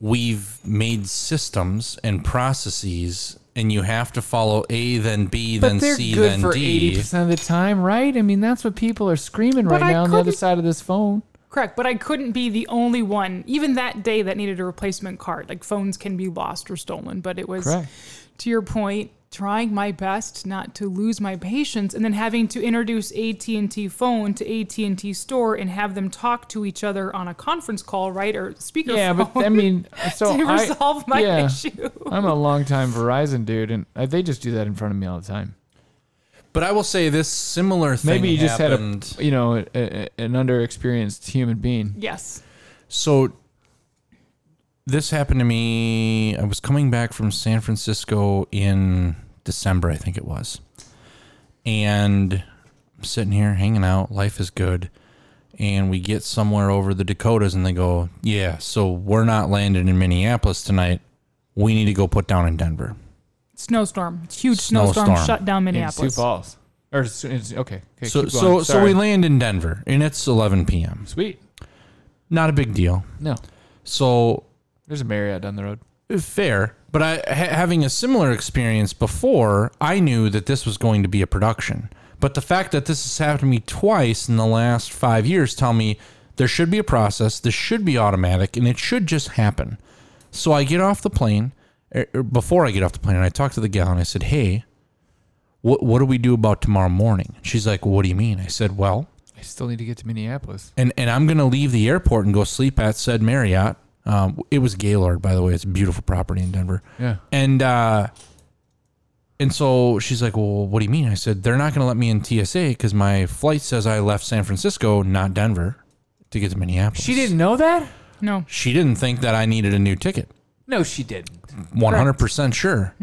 S4: we've made systems and processes and you have to follow A then B
S3: But
S4: then
S3: they're
S4: C
S3: good
S4: then
S3: for eighty
S4: D.
S3: percent of the time, right? I mean, that's what people are screaming
S2: But
S3: right
S2: I
S3: now on the other
S2: couldn't-
S3: side of this phone.
S2: Correct, but I couldn't be the only one, even that day, that needed a replacement card. Like phones can be lost or stolen, but it was,
S3: Correct.
S2: to your point, trying my best not to lose my patience, and then having to introduce AT and T phone to AT and T store and have them talk to each other on a conference call, right, or speaker.
S3: Yeah, but
S2: <laughs>
S3: I mean, so
S2: to
S3: I
S2: resolve my
S3: yeah,
S2: issue.
S3: I'm a longtime Verizon dude, and uh, they just do that in front of me all the time.
S4: But I will say this similar thing
S3: Maybe you just
S4: happened.
S3: had a you know a, a, an underexperienced human being.
S2: Yes,
S4: So this happened to me. I was coming back from San Francisco in December, I think it was. And I'm sitting here hanging out, life is good. And we get somewhere over the Dakotas and they go, "Yeah, so we're not landing in Minneapolis tonight. We need to go put down in Denver."
S2: snowstorm, It's huge snowstorm,
S4: Snowstorm.
S2: shut down
S3: in Sioux
S2: Minneapolis.
S3: Falls, or s- in s- okay, okay
S4: so
S3: keep
S4: so
S3: going.
S4: so we
S3: Sorry.
S4: land in Denver and it's 11 p.m.
S3: sweet.
S4: Not a big deal.
S3: No,
S4: So
S3: there's a Marriott down the road.
S4: fair but i ha- having a similar experience before i knew that this was going to be a production but the fact that this has happened to me twice in the last five years tell me there should be a process this should be automatic and it should just happen so i get off the plane er, er, before i get off the plane and i talk to the gal and i said hey what, what do we do about tomorrow morning she's like what do you mean i said well
S3: I still need to get to Minneapolis.
S4: and and I'm gonna leave the airport and go sleep at said Marriott. Um, it was Gaylord, by the way. It's a beautiful property in Denver.
S3: Yeah.
S4: And uh, and so she's like, "Well, what do you mean?" I said, "They're not gonna let me in TSA because my flight says I left San Francisco, not Denver, to get to Minneapolis."
S3: She didn't know that.
S2: No,
S4: She didn't think that I needed a new ticket.
S3: No, she didn't.
S4: One hundred percent sure.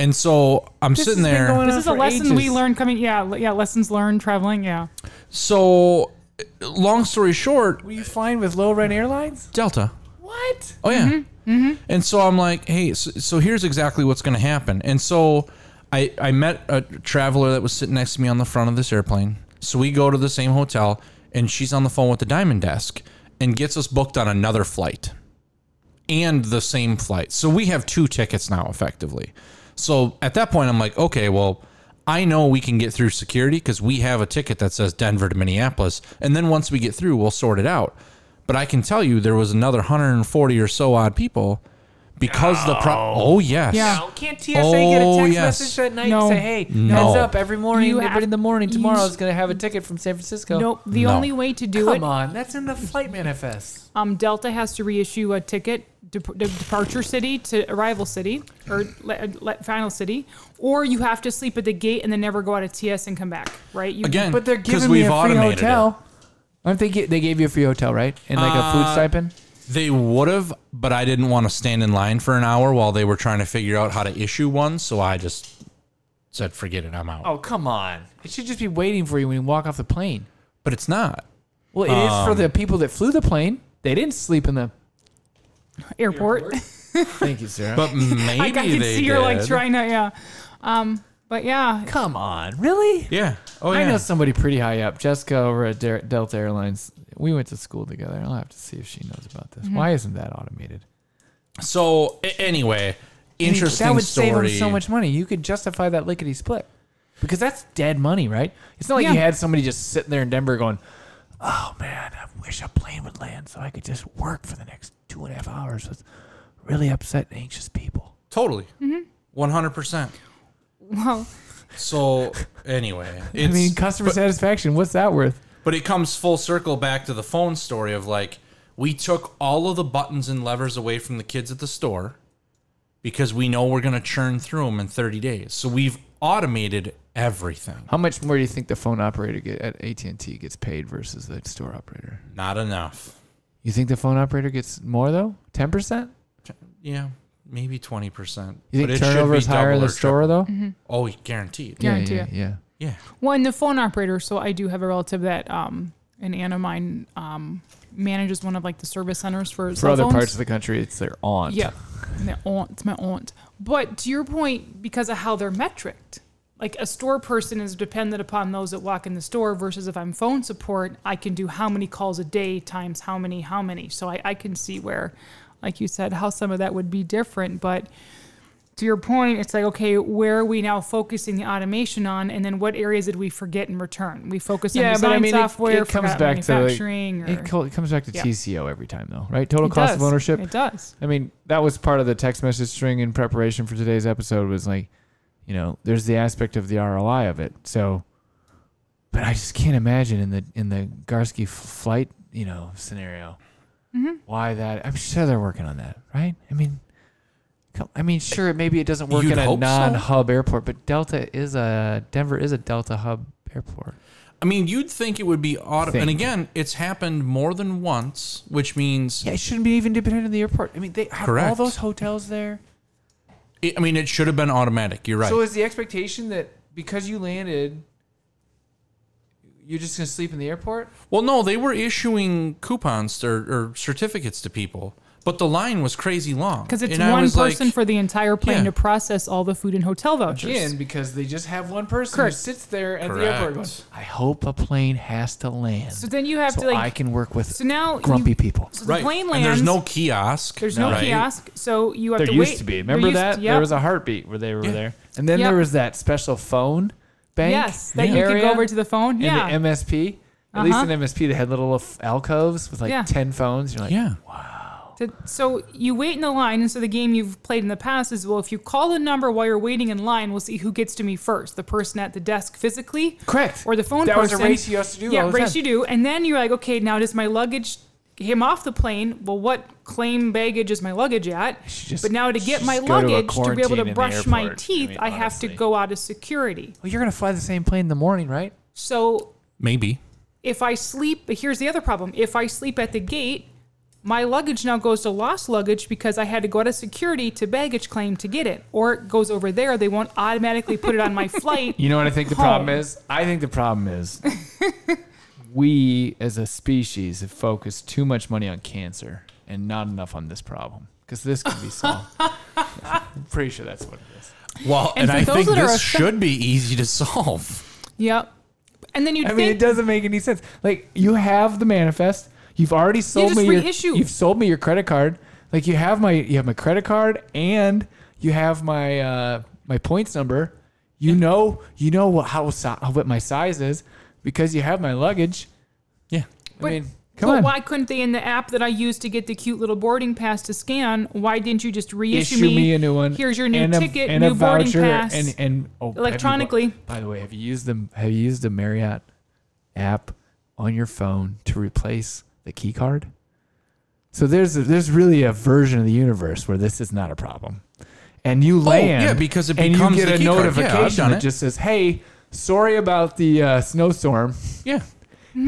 S4: And so I'm sitting
S3: Mm-hmm. has
S4: there.
S3: been going
S2: this
S3: on
S2: is a
S3: for
S2: lesson we
S3: ages.
S2: learned coming. Yeah, le- yeah, lessons learned traveling. Yeah,
S4: So, long story short,
S3: Were you flying with low rent airlines?
S4: Delta.
S3: What?
S4: Oh yeah. And so I'm like, hey, so, so here's exactly what's going to happen. And so I I met a traveler that was sitting next to me on the front of this airplane. So we go to the same hotel, and she's on the phone with the diamond desk, and gets us booked on another flight, and the same flight. So we have two tickets now, effectively. So at that point, I'm like, okay, well. I know we can get through security because we have a ticket that says Denver to Minneapolis. And then once we get through, we'll sort it out. But I can tell you there was another 140 or so odd people because the pro. Oh yes.
S2: Yeah.
S3: Can't TSA get a
S4: Oh,
S3: text
S4: yes.
S3: message at night
S2: No.
S3: and say, "Hey,
S4: No.
S3: heads up, every morning,
S2: You
S3: but
S2: have-
S3: in the morning
S2: you
S3: tomorrow
S2: s-
S3: is going to have a ticket from San Francisco."
S2: nope. The
S4: No.
S2: only way to do it
S3: Come on, that's in the flight manifest.
S2: Um, Delta has to reissue a ticket. de- de- departure city to arrival city or le- le- final city, or you have to sleep at the gate and then never go out of TS and come back, right? You,
S4: Again,
S3: But they're
S4: because
S3: giving me
S4: we've
S3: a free
S4: automated it.
S3: hotel. Aren't they? gi- They gave you a free hotel, right? And like a food
S4: Uh,
S3: stipend.
S4: They would have, but I didn't want to stand in line for an hour while they were trying to figure out how to issue one, so I just said, "Forget it, I'm out."
S3: Oh come on! It should just be waiting for you when you walk off the plane.
S4: But it's not.
S3: Well, it is
S4: Um.
S3: for the people that flew the plane. They didn't sleep in the.
S2: airport.
S3: Thank you, Sarah.
S4: But maybe
S2: <laughs> I can
S4: they
S2: see you're like
S4: did.
S2: trying to, yeah. Um, but yeah,
S3: come on, really?
S4: Yeah. Oh yeah.
S3: I know somebody pretty high up. Jessica over at Der- Delta Airlines. We went to school together. I'll have to see if she knows about
S4: Mm-hmm.
S3: this. Why isn't that automated?
S4: So a- anyway, interesting
S3: That would
S4: story.
S3: save them so much money. You could justify that lickety split because that's dead money, right? It's not like you
S2: Yeah.
S3: had somebody just sitting there in Denver going, "Oh man, I wish a plane would land so I could just work for the next two and a half hours with really upset, and anxious people."
S4: Totally.
S3: Mm-hmm.
S4: One hundred percent.
S2: well,
S4: So anyway,
S3: I
S4: it's,
S3: mean, customer satisfaction. What's that worth?
S4: but it comes full circle back to the phone story of like we took all of the buttons and levers away from the kids at the store because we know we're gonna churn through them in thirty days. So we've automated everything.
S3: How much more do you think the phone operator get at AT and T gets paid versus the store operator?
S4: Not enough.
S3: You think the phone operator gets more though? Ten percent?
S4: Yeah, maybe twenty percent.
S3: You think turnover is higher in the store though?
S4: Oh, guaranteed.
S3: Yeah,
S2: Guarantee
S3: yeah,
S2: it.
S3: yeah.
S4: Yeah.
S2: one the phone operator. So I do have a relative that um, an aunt of mine um, manages one of like the service centers for
S3: For
S2: cell
S3: other
S2: phones.
S3: parts of the country, it's their aunt.
S2: Yeah, my aunt. It's my aunt. But to your point, because of how they're metriced, like a store person is dependent upon those that walk in the store versus if I'm phone support, I can do how many calls a day times how many, how many. So I, I can see where, like you said, how some of that would be different. But to your point, it's like, okay, where are we now focusing the automation on? And then what areas did we forget in return? We focus on design
S3: it-
S2: software,
S3: it, comes
S2: forgot
S3: back to like,
S2: manufacturing. or,
S3: it, co- it comes back to
S2: Yeah.
S3: TCO every time though, right? Total
S2: It
S3: cost of
S2: does.
S3: ownership.
S2: It does.
S3: I mean, that was part of the text message string in preparation for today's episode was like, you know, there's the aspect of the ROI of it. So, but I just can't imagine in the in the Garsky f- flight, you know, scenario, why that. I'm sure they're working on that, right? I mean, come, I mean, sure, maybe it doesn't work
S4: You'd
S3: in a
S4: hope so.
S3: non-hub airport, but Delta is a Denver is a Delta hub airport.
S4: I mean, you'd think it would be auto,
S3: Think.
S4: and again, it's happened more than once, which means
S3: Yeah, it shouldn't be even dependent on the airport. I mean, they have all
S4: Correct.
S3: those hotels there.
S4: it, I mean it should have been automatic. You're right.
S3: So is the expectation that because you landed, you're just gonna sleep in the airport?
S4: well, no, they were issuing coupons or, or certificates to people, but the line was crazy long
S2: Because it's
S4: And I
S2: one
S4: was like,
S2: person for the entire plane
S4: Yeah.
S2: to process all the food and hotel vouchers.
S3: Again, because they just have one person
S2: Correct.
S3: who sits there at the
S4: Correct.
S3: airport going, "I hope a plane has to land,
S2: So then you have
S3: so
S2: to like.
S3: I can work with
S2: so now
S3: grumpy
S2: you,
S3: people."
S2: So the
S4: right.
S2: plane
S4: and
S2: lands.
S4: there's no kiosk.
S2: there's no
S4: right?
S2: kiosk, so you have
S3: There
S2: to
S3: used
S2: wait.
S3: to be.
S2: There
S3: Remember
S2: used-
S3: that?
S2: yep.
S3: There was a heartbeat where they were
S4: Yeah.
S3: there, and then
S2: Yep.
S3: there was that special phone bank.
S2: yes that you could
S3: area
S2: go over to the phone.
S3: in
S2: Yeah,
S3: the MSP. At
S2: Uh-huh.
S3: least in MSP, they had little f- alcoves with like
S2: Yeah.
S3: ten phones. You're like,
S4: Yeah.
S2: To- so you wait in the line, and so the game you've played in the past is well, if you call the number while you're waiting in line, we'll see who gets to me first: the person at the desk physically,
S3: Correct.
S2: or the phone
S3: That was
S2: person.
S3: a race you used to do
S2: Yeah,
S3: all the
S2: race
S3: time.
S2: you do, and then you're like, okay, now does my luggage came off the plane? Well, what claim baggage is my luggage at?
S3: should just-
S2: but now to
S3: should
S2: get my
S3: just go to a
S2: luggage to, be able
S3: quarantine in
S2: to
S3: the
S2: brush my
S3: airport. I
S2: teeth, I,
S3: mean,
S2: have to
S3: honestly.
S2: go out of security.
S3: Well, you're gonna fly the same plane in the morning, right?
S2: So
S4: Maybe.
S2: if I sleep, but here's the other problem: if I sleep at the gate. My luggage now goes to lost luggage because I had to go out of security to baggage claim to get it, or it goes over there. They won't automatically put it on
S3: <laughs>
S2: my flight.
S3: You know what I think the
S2: Home.
S3: problem is? I think the problem is we as a species have focused too much money on cancer and not enough on this problem. Because this can be solved. I'm pretty sure that's what it is.
S4: Well, and,
S2: And for
S4: I
S2: those
S4: think
S2: that are
S4: this
S2: affect-
S4: should be easy to solve.
S2: Yep. And then you'd
S3: I
S2: think,
S3: mean, it doesn't make any sense. Like you have the manifest. You've already sold
S2: just
S3: me your,
S2: reissue.
S3: You've sold me your credit card. Like you have my you have my credit card and you have my uh, my points number. You know you know what how, si- what my size is because you have my luggage.
S4: Yeah.
S3: I mean, come
S2: But
S3: on.
S2: why couldn't they in the app that I used to get the cute little boarding pass to scan? Why didn't you just reissue
S3: Issue me a new one.
S2: Here's your new
S3: and a-
S2: ticket,
S3: and
S2: new
S3: a
S2: boarding
S3: voucher
S2: pass.
S3: and and oh, have you-
S2: electronically.
S3: by the way, have you used the have you used the Marriott app on your phone to replace the key card? So there's a, there's really a version of the universe where this is not a problem, and you land.
S4: Oh, yeah, because it
S3: and
S4: becomes
S3: you get
S4: the
S3: a
S4: key card. Yeah, I've
S3: notification
S4: done
S3: that
S4: it.
S3: just says, "Hey, sorry about the uh, snowstorm.
S2: Mm-hmm.
S4: Yeah.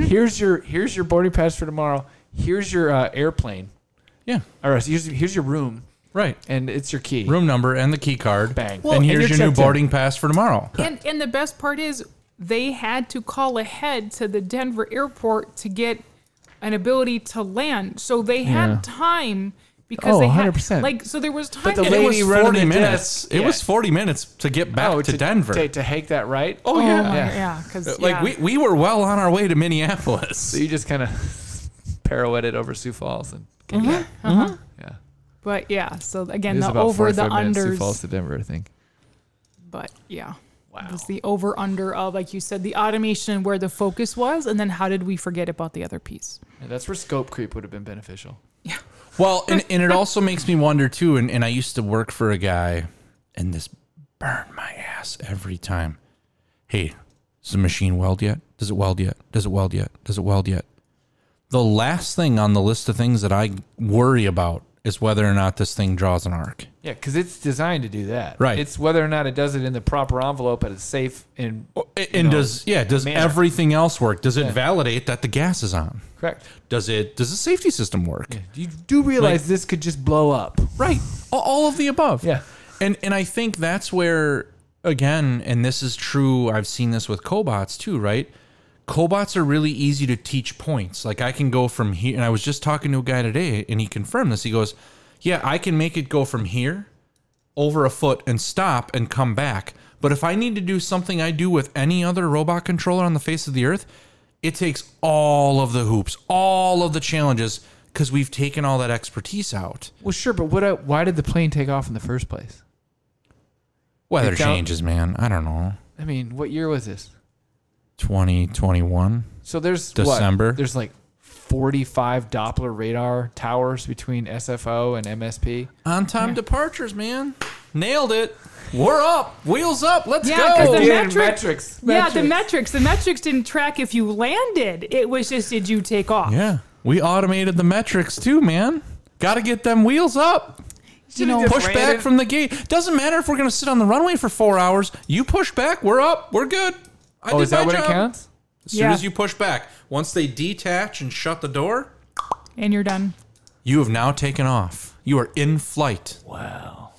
S3: Here's your here's your boarding pass for tomorrow. Here's your uh, airplane.
S4: Yeah.
S3: Or here's here's your room,
S4: Right.
S3: and it's your key.
S4: Room number and the key card.
S3: Bang.
S4: and
S3: and
S4: here's your
S3: you're
S4: new
S3: checked in.
S4: boarding pass for tomorrow.
S6: And and the best part is they had to call ahead to the Denver airport to get an ability to land. So they had
S3: Yeah.
S6: time because
S3: Oh,
S6: they
S3: 100%.
S6: had like so there was time.
S3: the
S6: to-
S4: And it was
S3: Lady running
S4: 40
S3: the
S4: minutes.
S3: desk.
S4: It
S3: Yeah.
S4: was 40 minutes to get back
S3: Oh,
S4: to, Denver.
S3: to, to hike that right.
S6: oh
S4: yeah.
S3: Yeah.
S6: yeah, because
S4: like we, we were well on our way to Minneapolis.
S3: <laughs> So you just kind of pirouetted over Sioux Falls and came back. Yeah.
S6: But yeah, so
S3: It
S6: again
S3: was
S6: Mm-hmm. Uh-huh. the
S3: about
S6: over the
S3: 45 minutes Sioux Falls
S6: unders,
S3: to Denver, I think.
S6: but yeah. Wow. It was the over under of like you said the automation and where the focus was and then how did we forget about the other piece?
S3: Yeah, that's where scope creep would have been beneficial.
S4: Well, and, and it also makes me wonder too. And, and I used to work for a guy, and this burned my ass every time. Hey, does the machine weld yet? Does it weld yet? Does it weld yet? Does it weld yet? The last thing on the list of things that I worry about is whether or not this thing draws an arc.
S3: Yeah, because it's designed to do that.
S4: Right.
S3: It's whether or not it does it in the proper envelope at a safe and
S4: And,
S3: know,
S4: does yeah, does
S3: manner.
S4: everything else work? Does it validate that the gas is on?
S3: correct.
S4: Does it does the safety system work?
S3: You do realize this could just blow up.
S4: Right. All, all of the above.
S3: Yeah.
S4: And and I think that's where again, and this is true, I've seen this with cobots too, right? Cobots are really easy to teach points. Like I can go from here and I was just talking to a guy today and he confirmed this. He goes, "Yeah, I can make it go from here over a foot and stop and come back. But if I need to do something I do with any other robot controller on the face of the earth, it takes all of the hoops, all of the challenges because we've taken all that expertise out.
S3: Well, sure, but what? why did the plane take off in the first place?
S4: Weather
S3: It don't-
S4: changes, man. I don't know.
S3: I mean, what year was this?
S4: 2021.
S3: So there's
S4: December.
S3: What, there's like 45 Doppler radar towers between SFO and MSP.
S4: On time departures, man. Nailed it. We're up. Wheels up. Let's
S6: Yeah, 'cause
S4: go.
S6: the
S3: Again,
S6: metric-
S3: Oh, metrics.
S6: Yeah, the metrics. The metrics didn't track if you landed. It was just did you take off?
S4: yeah. We automated the metrics too, man. Got to get them wheels up.
S6: You know,
S4: Push
S3: ran
S4: back
S3: it-
S4: from the gate. Doesn't matter if we're going to sit on the runway for four hours. You push back. We're up. We're good. I
S3: Oh,
S4: did
S3: is that
S4: my
S3: what it
S4: job.
S3: counts?
S4: As soon
S6: Yeah.
S4: as you push back, once they detach and shut the door,
S6: and you're done.
S4: you have now taken off. You are in flight. Wow.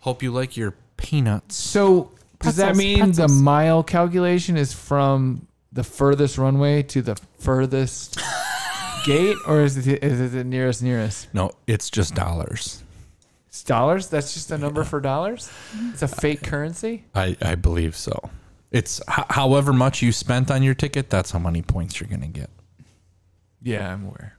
S4: Hope you like your peanuts.
S3: So does that
S6: Pretzels,
S3: mean the
S6: pretzels.
S3: mile calculation is from the furthest runway to the furthest gate, or is it is it the nearest nearest?
S4: No, it's just dollars.
S3: It's dollars. That's just a number for dollars. It's a fake currency.
S4: I, I believe so. It's h- however much you spent on your ticket, that's how many points you're going to get.
S3: Yeah, I'm aware.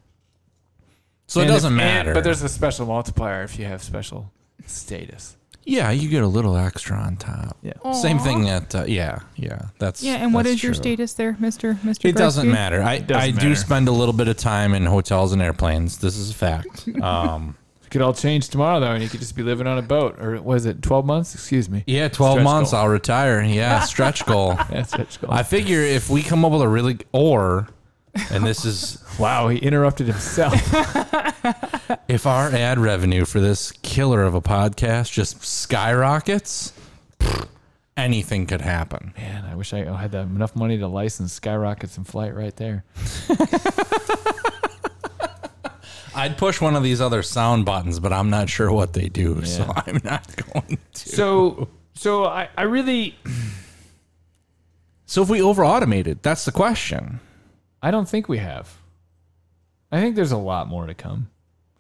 S4: So it doesn't matter.
S3: but there's a special multiplier if you have special status.
S4: yeah, you get a little extra on top.
S3: Yeah.
S4: Same thing that uh, yeah, yeah. That's
S6: Yeah, and what
S4: that's
S6: is your
S4: true.
S6: status there, Mister Mister?
S4: It doesn't matter. I
S3: doesn't
S4: I
S3: matter.
S4: do spend a little bit of time in hotels and airplanes. This is a
S3: <laughs>
S4: fact. Um,
S3: Could all change tomorrow though, and you could just be living on a boat, or was it 12 months? Excuse me.
S4: yeah, twelve
S3: Stretch
S4: months.
S3: goal.
S4: I'll retire. Yeah, stretch goal.
S3: <laughs> That's what it's called.
S4: I figure if we come up with a really or, and this is
S3: wow, he interrupted himself.
S4: If our ad revenue for this killer of a podcast just skyrockets, pfft, anything could happen.
S3: <laughs> Man, I wish I had that enough money to license skyrockets in flight right there.
S4: I'd push one of these other sound buttons, but I'm not sure what they do, so <laughs> I'm not going to.
S3: So, so I, I really,
S4: So if we over automated, that's the question.
S3: I don't think we have. I think there's a lot more to come.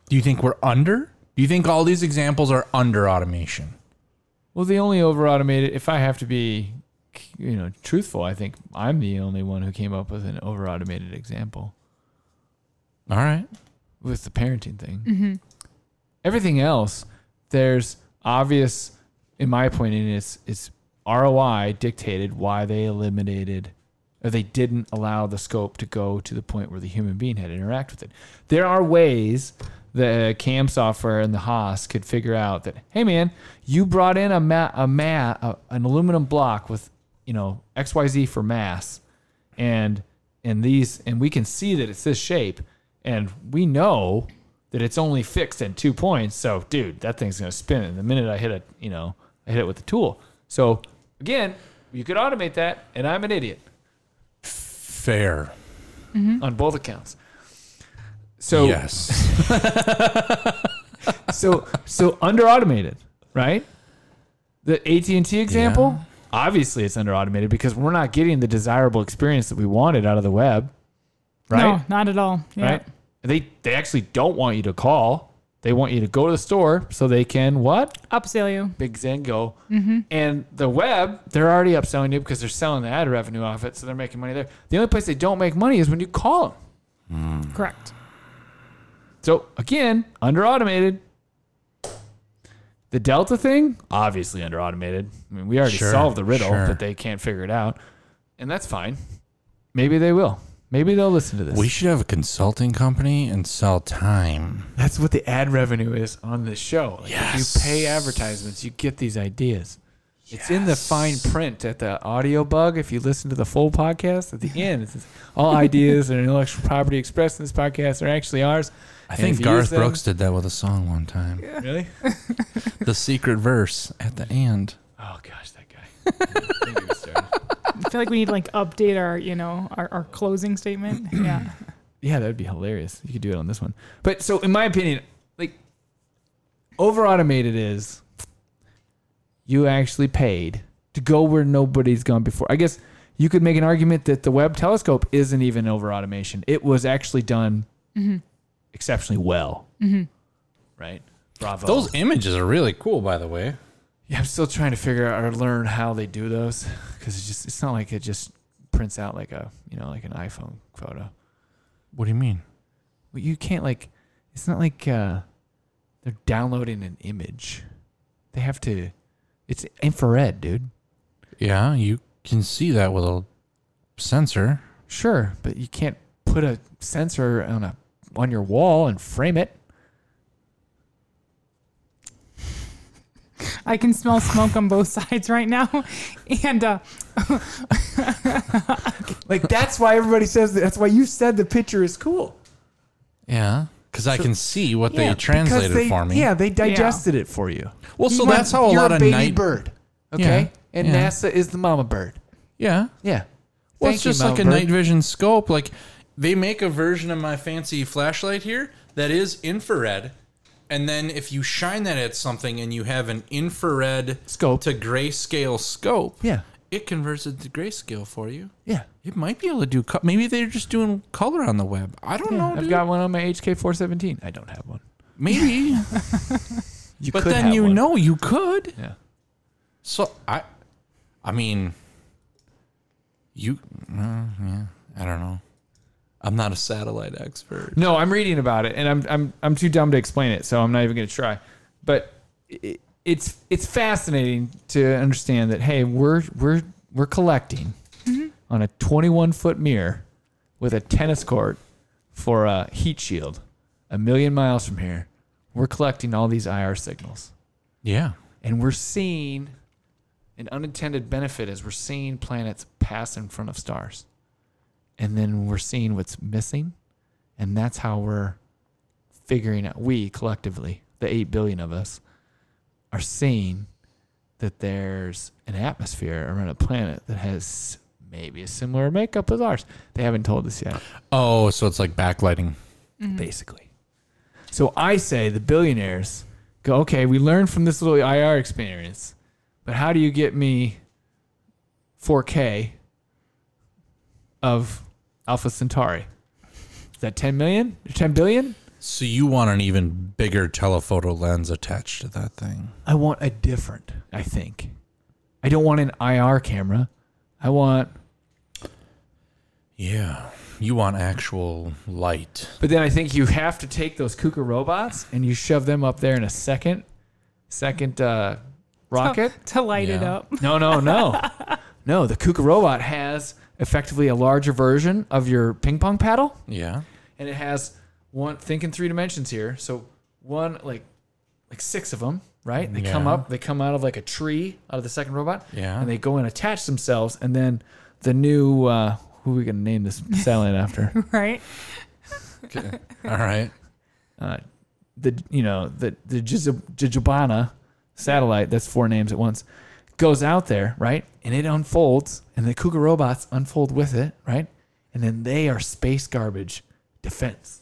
S4: Do you think we're under? Do you think all these examples are under automation?
S3: Well, the only over automated, if I have to be, you know, truthful, I think I'm the only one who came up with an over automated example
S4: All right.
S3: with the parenting thing. Everything else, there's obvious, in my opinion, it's it's ROI dictated why they eliminated or they didn't allow the scope to go to the point where the human being had to interact with it. There are ways the cam software and the Haas could figure out that, hey man, you brought in a ma- a ma- a, an aluminum block with, you know, XYZ for mass and and these and we can see that it's this shape and we know that it's only fixed at two points. So, dude, that thing's gonna spin. And the minute I hit it, you know, I hit it with the tool. So, again, you could automate that, and I'm an idiot
S4: Fair.
S3: on both accounts.
S4: <laughs>
S3: So, <laughs>
S4: Yes.
S3: so, so under automated, right? The AT and T example.
S4: Yeah.
S3: Obviously, it's under automated because we're not getting the desirable experience that we wanted out of the web, right?
S2: No, not at all. Yeah.
S3: Right? They they actually don't want you to call. They want you to go to the store so they can what?
S2: Upsell you.
S3: Big Zango.
S2: Mm-hmm.
S3: And the web, they're already upselling you because they're selling the ad revenue off it, so they're making money there. The only place they don't make money is when you call them.
S4: Mm.
S2: Correct.
S3: So again, under automated. The Delta thing, obviously under automated. I mean, we already
S4: Sure,
S3: solved the riddle
S4: sure.
S3: that they can't figure it out, and that's fine. Maybe they will. Maybe they'll listen to this.
S4: we should have a consulting company and sell time.
S3: That's what the ad revenue is on this show. Like, If
S4: Yes.
S3: you pay advertisements, you get these ideas. It's in the fine print at the audio bug. If you listen to the full podcast at the <laughs> end, it says all ideas and intellectual property expressed in this podcast are actually ours.
S4: I
S3: And if
S4: think
S3: you
S4: Garth
S3: use them-
S4: Brooks did that with a song one time.
S3: <laughs> Really?
S4: The secret verse at the end.
S3: Oh gosh, that guy. I think he was terrible.
S2: I feel like we need to
S4: <laughs>
S2: like update our, you know, our, our closing statement. Yeah.
S3: <laughs> yeah, that'd be hilarious. You could do it on this one. But so, in my opinion, like over automated is you actually paid to go where nobody's gone before. I guess you could make an argument that the Webb telescope isn't even over automation. It was actually done exceptionally well. Right? Bravo.
S4: Those images are really cool, by the way.
S3: Yeah, I'm still trying to figure out or learn how they do those because it's just it's not like it just prints out like a you know like an iPhone photo.
S4: What do you mean?
S3: Well, you can't like. It's not like uh, they're downloading an image. They have to. It's infrared, dude.
S4: Yeah, you can see that with a sensor.
S3: Sure, but you can't put a sensor on a on your wall and frame it.
S2: I can smell smoke on both <laughs> sides right now. And uh,
S3: <laughs> Like that's why everybody says that. That's why you said the picture is cool.
S4: Yeah, because I can see what they
S3: because
S4: translated
S3: they-
S4: for me.
S3: Yeah, they digested it for you.
S4: Well, so
S3: You went-
S4: that's how a
S3: you're
S4: lot of
S3: baby
S4: night.
S3: bird. Okay, and
S4: yeah.
S3: NASA is the mama bird.
S4: Yeah.
S3: Yeah.
S4: Well,
S3: Thank
S4: it's
S3: you,
S4: just
S3: mama
S4: like a
S3: bird.
S4: night vision scope. Like they make a version of my fancy flashlight here that is infrared. And then if you shine that at something and you have an infrared
S3: Scope.
S4: to grayscale scope,
S3: Yeah.
S4: it converts it to grayscale for you.
S3: Yeah.
S4: It might be able to do. Co- Maybe they're just doing color on the web. I don't know.
S3: I've
S4: dude.
S3: got one on my HK417. I don't have one.
S4: Maybe,
S3: You
S4: but
S3: could
S4: then
S3: have
S4: you
S3: one.
S4: know you could.
S3: Yeah.
S4: So I, I mean, you. Uh, yeah, I don't know. I'm not a satellite expert.
S3: No, I'm reading about it, and I'm I'm I'm too dumb to explain it, so I'm not even going to try. But it, it's it's fascinating to understand that hey, we're we're we're collecting
S4: Mm-hmm.
S3: on a 21 foot mirror with a tennis court for a heat shield, a million miles from here. We're collecting all these IR signals,
S4: Yeah.
S3: and we're seeing an unintended benefit is we're seeing planets pass in front of stars, and then we're seeing what's missing and that's how we're figuring out we collectively the 8 billion of us are seeing that there's an atmosphere around a planet that has maybe a similar makeup as ours they haven't told us yet
S4: Oh, so it's like backlighting.
S3: Mm. basically so i say the billionaires go okay we learned from this little ir experience but how do you get me 4k of alpha centauri is that 10 million 10 billion
S4: So you want an even bigger telephoto lens attached to that thing?
S3: I want a different, I think. I don't want an IR camera. I want
S4: Yeah. You want actual light?
S3: But then I think you have to take those Kuka robots and you shove them up there in a second second uh rocket.
S2: <laughs> to light it
S4: Yeah.
S2: up. <laughs>
S3: No, no, no. <laughs> No, the Kuka robot has effectively a larger version of your ping pong paddle.
S4: Yeah.
S3: and it has one think in three dimensions here so one like like six of them right they come
S4: Yeah.
S3: up they come out of like a tree out of the second robot
S4: Yeah. <laughs>
S3: and they go and attach themselves and then the new uh who are we gonna name this satellite after
S2: Right.
S4: All right.
S3: uh the you know the the Jijib- Jijibana satellite that's four names at once goes out there right and it unfolds and the Cougar robots unfold with it right and then they are space garbage defense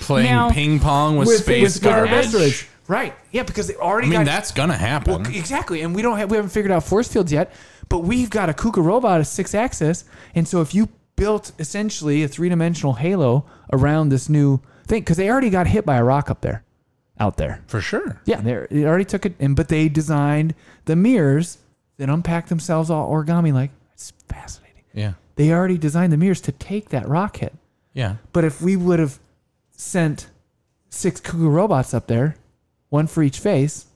S4: Playing
S2: Now-
S4: ping pong with, space
S3: with other
S4: garbage.
S3: asteroids. right yeah because they already
S4: I mean,
S3: got
S4: that's gonna
S3: Well,
S4: happen.
S3: c- exactly, and we don't have we haven't figured out force fields yet, but we've got a Kuka robot, a six axis, and so if you built essentially a three dimensional halo around this new thing, because they already got hit by a rock up there, out there.
S4: for sure.
S3: Yeah, they they already took it, and but they designed the mirrors that unpack themselves all origami like. It's fascinating.
S4: Yeah.
S3: They already designed the mirrors to take that rock hit,
S4: Yeah.
S3: but if we would have sent six Kuga robots up there, one for each face,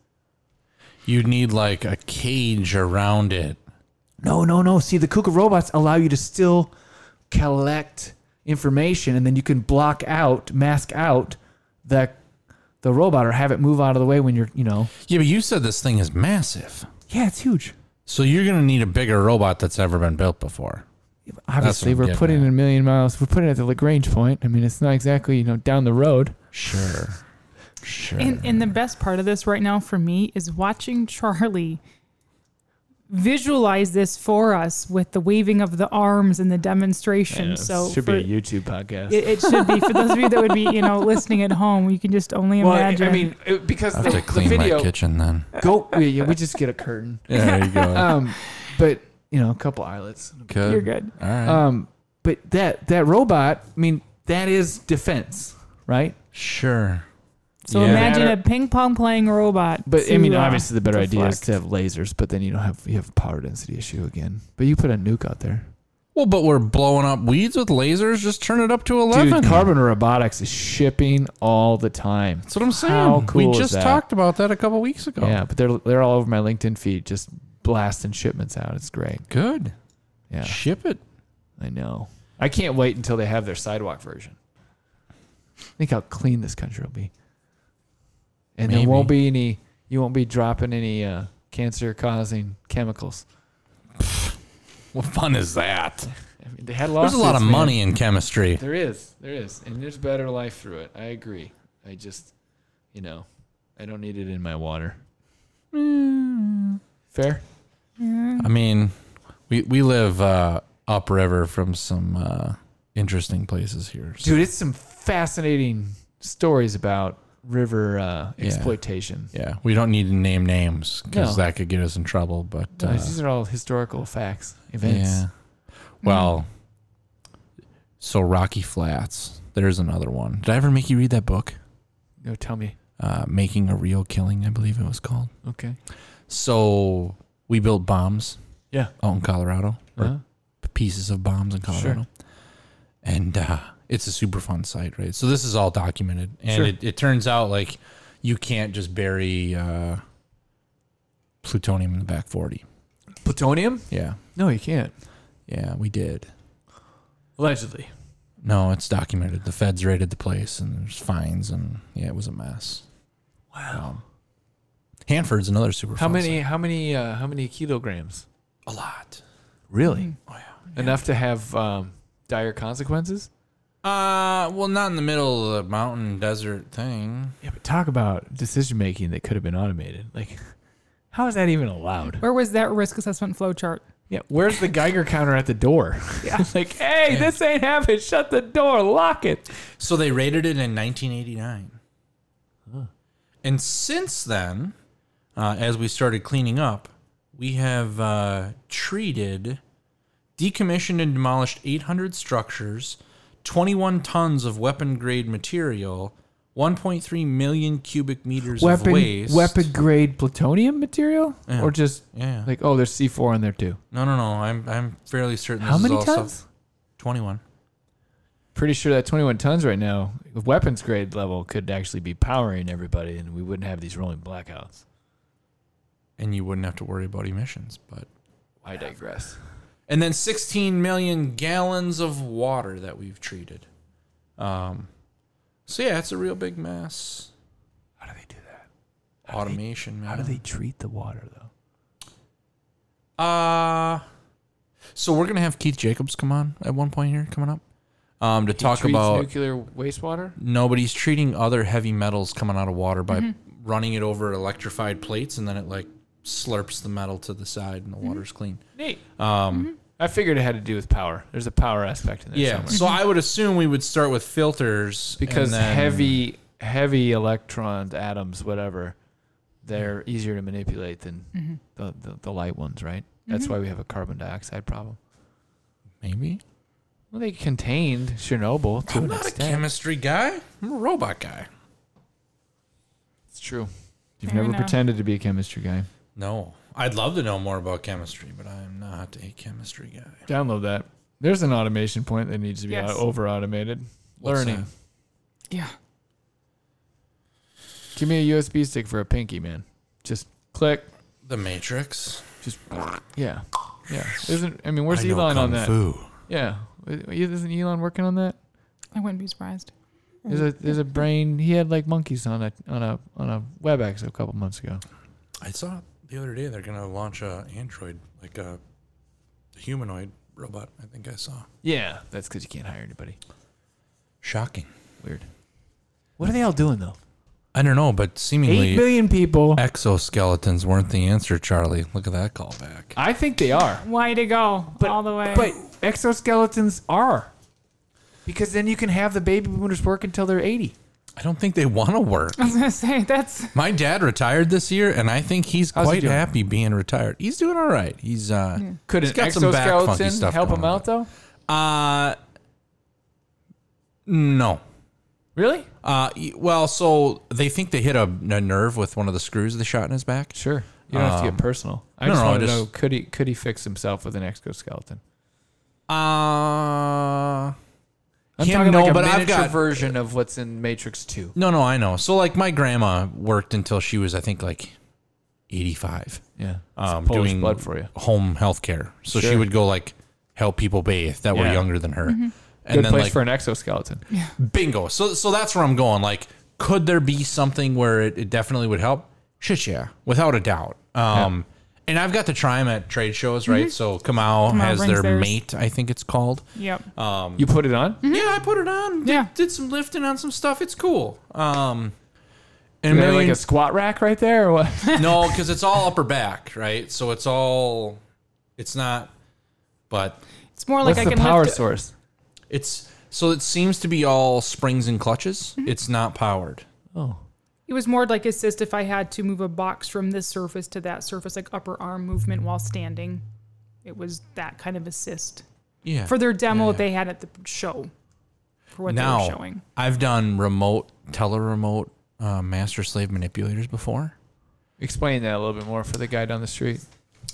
S4: You'd need like a cage around it.
S3: No, no, no. See, the Kuka robots allow you to still collect information, and then you can block out, mask out the the robot, or have it move out of the way when you're, you know.
S4: Yeah, but you said this thing is massive.
S3: Yeah, it's huge.
S4: So you're gonna need a bigger robot that's ever been built before.
S3: Obviously,
S4: I'm
S3: we're
S4: getting
S3: putting
S4: at.
S3: it a million miles. We're putting it at the Lagrange point. I mean, it's not exactly you know down the road.
S4: Sure. Sure.
S2: And, and the best part of this right now for me is watching Charlie visualize this for us with the waving of the arms and the demonstration. so for, it,
S3: YouTube podcast.
S2: it should be for those of you that would be you know listening at home. You can just only
S3: well, I,
S2: imagine.
S3: I mean, it- because
S4: I
S3: <laughs> the,
S4: have to
S3: the
S4: clean my
S3: video
S4: kitchen
S3: <laughs>
S4: then.
S3: go. Yeah, yeah, we just get a curtain.
S4: <laughs> Yeah, there you go.
S3: Um, but you know, a couple eyelets.
S4: Good.
S2: you're good.
S4: All right.
S3: Um, but that that robot, I mean, that is defense, right?
S4: sure.
S2: So
S4: Yeah.
S2: imagine a
S3: Matter-
S2: ping pong playing robot.
S3: But I
S2: to,
S3: mean,
S2: uh,
S3: obviously, the better idea is
S2: deflect.
S3: to have lasers, but then you don't have you have a power density issue again. But you put a nuke out there,
S4: Well, but we're blowing up weeds with lasers. Just turn it up to
S3: dude.
S4: eleven.
S3: Carbon robotics is shipping all the time.
S4: That's what I'm saying.
S3: How cool
S4: we
S3: is
S4: just
S3: that?
S4: talked about that a couple weeks ago.
S3: Yeah, but they're they're all over my LinkedIn feed, just blasting shipments out. It's great.
S4: Good.
S3: Yeah,
S4: Ship it.
S3: I know. I can't wait until they have their sidewalk version. Think how clean this country will be. And
S4: Maybe.
S3: there won't be any you won't be dropping any uh, cancer causing chemicals.
S4: What fun is that?
S3: I mean they had
S4: There's
S3: lawsuits,
S4: a lot of
S3: man.
S4: money in chemistry.
S3: There is. There is. And there's better life through it. I agree. I just you know, I don't need it in my water.
S4: Mm.
S3: Fair?
S4: I mean, we we live uh, upriver from some uh, interesting places here. So-
S3: Dude, it's some fascinating stories about river uh,
S4: Yeah.
S3: exploitation.
S4: yeah, we don't need to name names because
S3: No.
S4: that could get us in trouble. But
S3: No,
S4: uh,
S3: these are all historical facts, events.
S4: yeah, well,
S3: Mm.
S4: so Rocky Flats. There's another one. Did I ever make you read that book?
S3: No, tell me.
S4: Uh, Making a Real Killing, I believe it was called.
S3: Okay.
S4: So we built bombs.
S3: Yeah.
S4: out in Colorado, or
S3: Uh-huh.
S4: pieces of bombs in Colorado. And uh, it's a super fun site, right? So this is all documented. And
S3: Sure.
S4: it, it turns out like you can't just bury uh, plutonium in the back 40.
S3: Plutonium?
S4: Yeah.
S3: No, you can't.
S4: Yeah, we did.
S3: Allegedly.
S4: No, it's documented. The feds raided the place and there's fines and yeah, it was a mess. Wow. Hanford's another super
S3: Oh. How
S4: fun
S3: many?
S4: site.
S3: How many? Uh, how many kilograms?
S4: A lot. Oh,
S3: Really? Enough to have um, dire consequences?
S4: Uh, well, not in the middle of the mountain desert thing.
S3: Yeah, but talk about decision making that could have been automated. Like, how is that even allowed?
S2: Where was that risk assessment flowchart?
S3: Yeah, where's the Geiger counter at the door? <laughs> Yeah, like, hey, this ain't happening. Shut the door. Lock it.
S4: So they raided it in 1989. And since then, uh, as we started cleaning up, we have uh, treated, decommissioned, and demolished 800 structures, 21 tons of weapon grade material, 1.3 million cubic meters of waste.
S3: weapon grade plutonium material,
S4: Yeah.
S3: or just
S4: Yeah.
S3: like, oh, there's C four in there too.
S4: no, no, no. I'm I'm fairly certain. This
S3: how
S4: is
S3: many
S4: all
S3: tons?
S4: Stuff, 21.
S3: pretty sure that 21 tons right now, weapons grade level, could actually be powering everybody, and we wouldn't have these rolling blackouts.
S4: And you wouldn't have to worry about emissions, but
S3: I digress.
S4: and then 16 million gallons of water that we've treated. Um, so yeah, it's a real big mess.
S3: How do they do that?
S4: Automation, man.
S3: How do they treat the water though?
S4: Uh, so we're gonna have Keith Jacobs come on at one point here coming up. um, to talk
S3: Treats
S4: about
S3: nuclear wastewater.
S4: nobody's treating other heavy metals coming out of water by running it over electrified plates and then it like slurps the metal to the side and the water's clean.
S3: Neat.
S4: Um,
S3: I figured it had to do with power. There's a power aspect in there.
S4: Yeah.
S3: somewhere.
S4: So I would assume we would start with filters and
S3: because
S4: then-
S3: heavy heavy electrons, atoms, whatever, they're easier to manipulate than
S2: Mm-hmm.
S3: the, the the light ones, right? That's why we have a carbon dioxide problem.
S4: maybe.
S3: Well, they contained Chernobyl to
S4: I'm
S3: an
S4: not a
S3: extent.
S4: chemistry guy. I'm a robot guy.
S3: It's true. You've
S2: Fair
S3: never
S2: enough.
S3: pretended to be a chemistry guy.
S4: No, I'd love to know more about chemistry, but I am not a chemistry guy.
S3: Download that. There's an automation point that needs to be
S2: Yes.
S3: over automated.
S4: What's
S3: Learning.
S2: Yeah.
S3: Give me a USB stick for a pinky, man. Just click.
S4: The Matrix.
S3: Just yeah, yeah. Isn't I mean, where's
S4: I know
S3: Elon on
S4: Kung
S3: that?
S4: Fu.
S3: Yeah, isn't Elon working on that?
S2: I wouldn't be surprised.
S3: There's a there's a brain. He had like monkeys on a on a on a WebEx a couple months ago.
S4: I saw the other day they're gonna launch a android, like a humanoid robot. I think I saw.
S3: Yeah, that's because you can't hire anybody.
S4: Shocking.
S3: Weird. What are they all doing though?
S4: I don't know, but
S3: Eight
S4: seemingly
S3: billion people.
S4: exoskeletons weren't the answer, Charlie. Look at that callback.
S3: I think they are.
S2: Why to go
S3: But-
S2: all the way?
S3: But exoskeletons are, because then you can have the baby boomers work until they're eighty.
S4: I don't think they want to work.
S2: <laughs> I was gonna say that's
S4: My dad retired this year, and I think he's
S3: How's he
S4: quite
S3: doing?
S4: happy being retired. He's doing all right. He's uh,
S3: Could
S4: he's
S3: an exoskeleton help
S4: going on,
S3: him out though?
S4: but- Uh, no.
S3: Really?
S4: Uh, y- well, so they think they hit a, a nerve with one of the screws they shot in his back.
S3: Sure. You don't have to
S4: Um,
S3: get personal. I
S4: no,
S3: just
S4: no,
S3: want to
S4: I
S3: know
S4: just-
S3: could he could he fix himself with an exoskeleton?
S4: Uh,
S3: I'm
S4: Him,
S3: talking
S4: no,
S3: like a
S4: but I've
S3: miniature
S4: got-
S3: version of what's in Matrix Two.
S4: no, no, I know. So like my grandma worked until she was, I think, like eighty-five.
S3: Yeah.
S4: um,
S3: Polish
S4: doing
S3: blood for you.
S4: home health care. So she
S3: Sure.
S4: would go like help people bathe that were
S3: Yeah.
S4: younger than her. And
S3: Good
S4: then
S3: place
S4: like
S3: for an exoskeleton.
S4: bingo. So so that's where I'm going. Like, could there be something where it, it definitely would help? Shit yeah. Without a doubt. Um and I've got to try them at trade shows, right? So Kamau, has
S2: Mm-hmm. brings
S4: their
S2: theirs.
S4: mate, I think it's called.
S2: yep.
S4: um,
S3: You put it on?
S2: Mm-hmm.
S4: Yeah, I put it on. Did,
S2: Yeah.
S4: did some lifting on some stuff. It's cool. Um and
S3: Is there like
S4: million-
S3: a squat rack right there
S2: <laughs>
S3: or what?
S4: no, because it's all upper back, right? So it's all, it's not, but
S2: It's more like
S3: What's
S2: I
S3: the
S2: can
S3: power
S2: lift. it-
S3: source?
S4: It's so it seems to be all springs and clutches.
S2: Mm-hmm.
S4: It's not powered.
S3: Oh.
S2: It was more like assist if I had to move a box from this surface to that surface, like upper arm movement while standing. It was that kind of assist
S4: Yeah.
S2: for their demo
S4: Yeah,
S2: that they had at the show. For what
S4: now
S2: they were showing.
S4: I've done remote teleremote uh, master slave manipulators before.
S3: Explain that a little bit more for the guy down the street.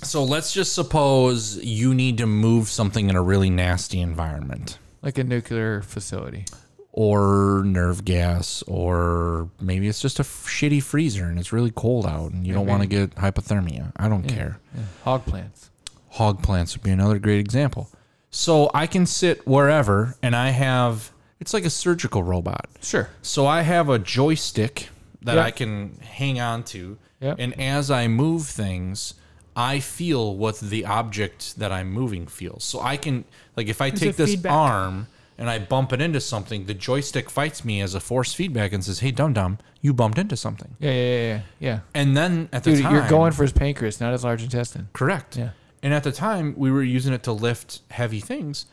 S4: So let's just suppose you need to move something in a really nasty environment,
S3: Like a nuclear facility.
S4: or nerve gas, or maybe it's just a f- shitty freezer and it's really cold out and you don't
S3: Maybe.
S4: want to get hypothermia. I don't
S3: Yeah.
S4: care.
S3: Yeah. Hog plants.
S4: hog plants would be another great example. So I can sit wherever and I have it's like a surgical robot.
S3: Sure.
S4: So I have a joystick that
S3: Yeah.
S4: I can hang on to
S3: Yeah.
S4: and as I move things I feel what the object that I'm moving feels. So I can like if I
S2: Is
S4: take
S2: it
S4: this
S2: feedback?
S4: arm and I bump it into something, the joystick fights me as a force feedback and says, "Hey, dum dum, you bumped into something."
S3: Yeah, yeah, yeah, yeah. yeah.
S4: And then at the
S3: Dude,
S4: time,
S3: you're going for his pancreas, not his large intestine.
S4: Correct.
S3: Yeah.
S4: And at the time, we were using it to lift heavy things.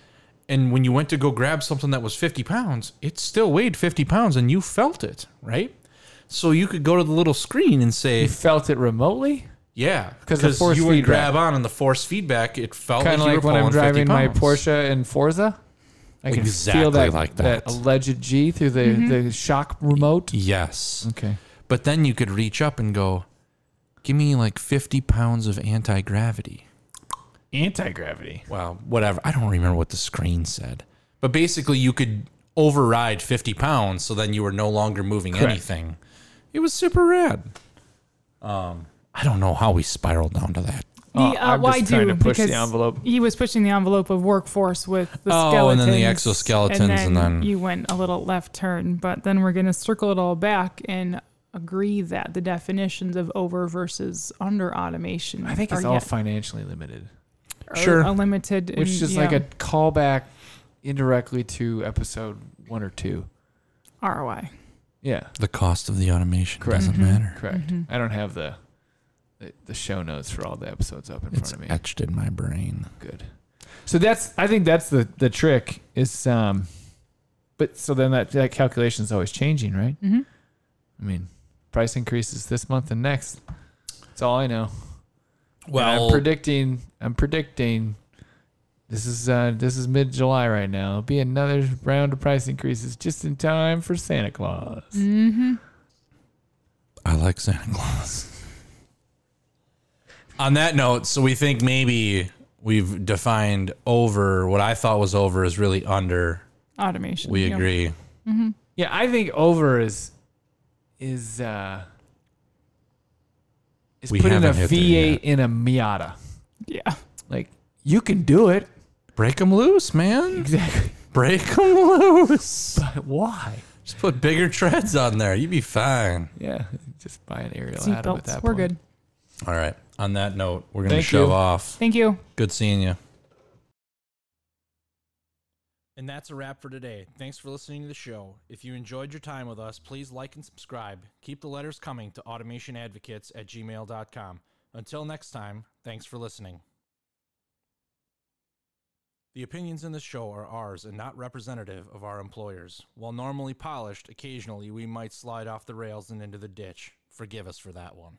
S4: And when you went to go grab something that was 50 pounds, it still weighed 50 pounds and you felt it, right? So you could go to the little screen and
S3: You
S4: say,
S3: felt it remotely?
S4: yeah,
S3: Mm-hmm. 'Cause the force
S4: you would
S3: feedback.
S4: grab on and the force feedback, it felt like,
S3: Kind of
S4: Oh, you
S3: like
S4: were
S3: when I'm
S4: pulling 50
S3: driving my
S4: pounds.
S3: Porsche in Forza. I can feel
S4: Exactly
S3: that,
S4: like
S3: that.
S4: that.
S3: alleged G through the,
S2: Mm-hmm.
S3: the shock remote.
S4: Yes.
S3: Okay.
S4: But then you could reach up and go, give me like 50 pounds of anti gravity.
S3: Anti gravity.
S4: well, whatever. I don't remember what the screen said. But basically, you could override 50 pounds, so then you were no longer moving
S3: Correct.
S4: anything. It was super rad. Um,
S3: Um,
S4: I don't know how we spiraled down to that.
S2: The,
S3: Oh,
S2: uh,
S3: I'm
S2: well,
S3: just
S2: I
S3: trying
S2: do,
S3: to push the
S2: because
S3: envelope.
S2: He was pushing the envelope of workforce with the
S4: Oh, and
S2: skeletons.
S4: then the exoskeletons, and then-
S2: you went a little left turn, but then we're gonna circle it all back and agree that the definitions of over versus under automation
S3: I think it's
S2: are
S3: all
S2: yet-
S3: financially limited,
S2: are,
S4: Sure.
S2: are limited,
S3: which
S2: and,
S3: is
S2: Mm, yeah.
S3: like a callback indirectly to episode one or two.
S2: ROI.
S3: Yeah,
S7: The cost of the automation
S3: Correct. Mm-hmm.
S7: doesn't matter.
S3: correct. I don't have the, the the show notes for all the episodes up in
S7: It's
S3: front of me.
S7: etched in my brain.
S3: Good.
S8: So that's I think that's the the trick is um,
S3: But so then that that calculation is always changing, right?
S2: Mhm.
S3: I mean, price increases this month and next. That's all I know. And
S7: Well,
S3: I'm predicting. I'm predicting. This is uh, this is mid July right now. It'll be another round of price increases just in time for Santa Claus.
S2: Mm.
S7: I like Santa Claus. On that note, so we think maybe we've defined over what I thought was over is really under.
S2: Automation.
S7: We
S2: yeah.
S7: agree.
S3: Yeah, I think over is is uh, is
S7: We
S3: putting a
S7: haven't hit there
S3: V8 in a Miata.
S2: Yeah.
S3: Like
S8: you can do it.
S7: Break them loose, man.
S3: exactly.
S7: Break <laughs> them loose.
S3: But <laughs> why?
S7: Just put bigger treads on there. You'd be fine.
S3: Yeah, just buy an aerial
S2: Seat
S3: Atom at
S2: belts.
S3: that
S2: We're
S3: point.
S2: good.
S7: All right. On that note, we're going to
S3: Thank
S7: shove
S3: you.
S7: off.
S2: Thank you.
S7: Good seeing you.
S4: And that's a wrap for today. Thanks for listening to the show. If you enjoyed your time with us, please like and subscribe. Keep the letters coming to automationadvocates at gmail.com. Until next time, thanks for listening. The opinions in this show are ours and not representative of our employers. While normally polished, occasionally we might slide off the rails and into the ditch. Forgive us for that one.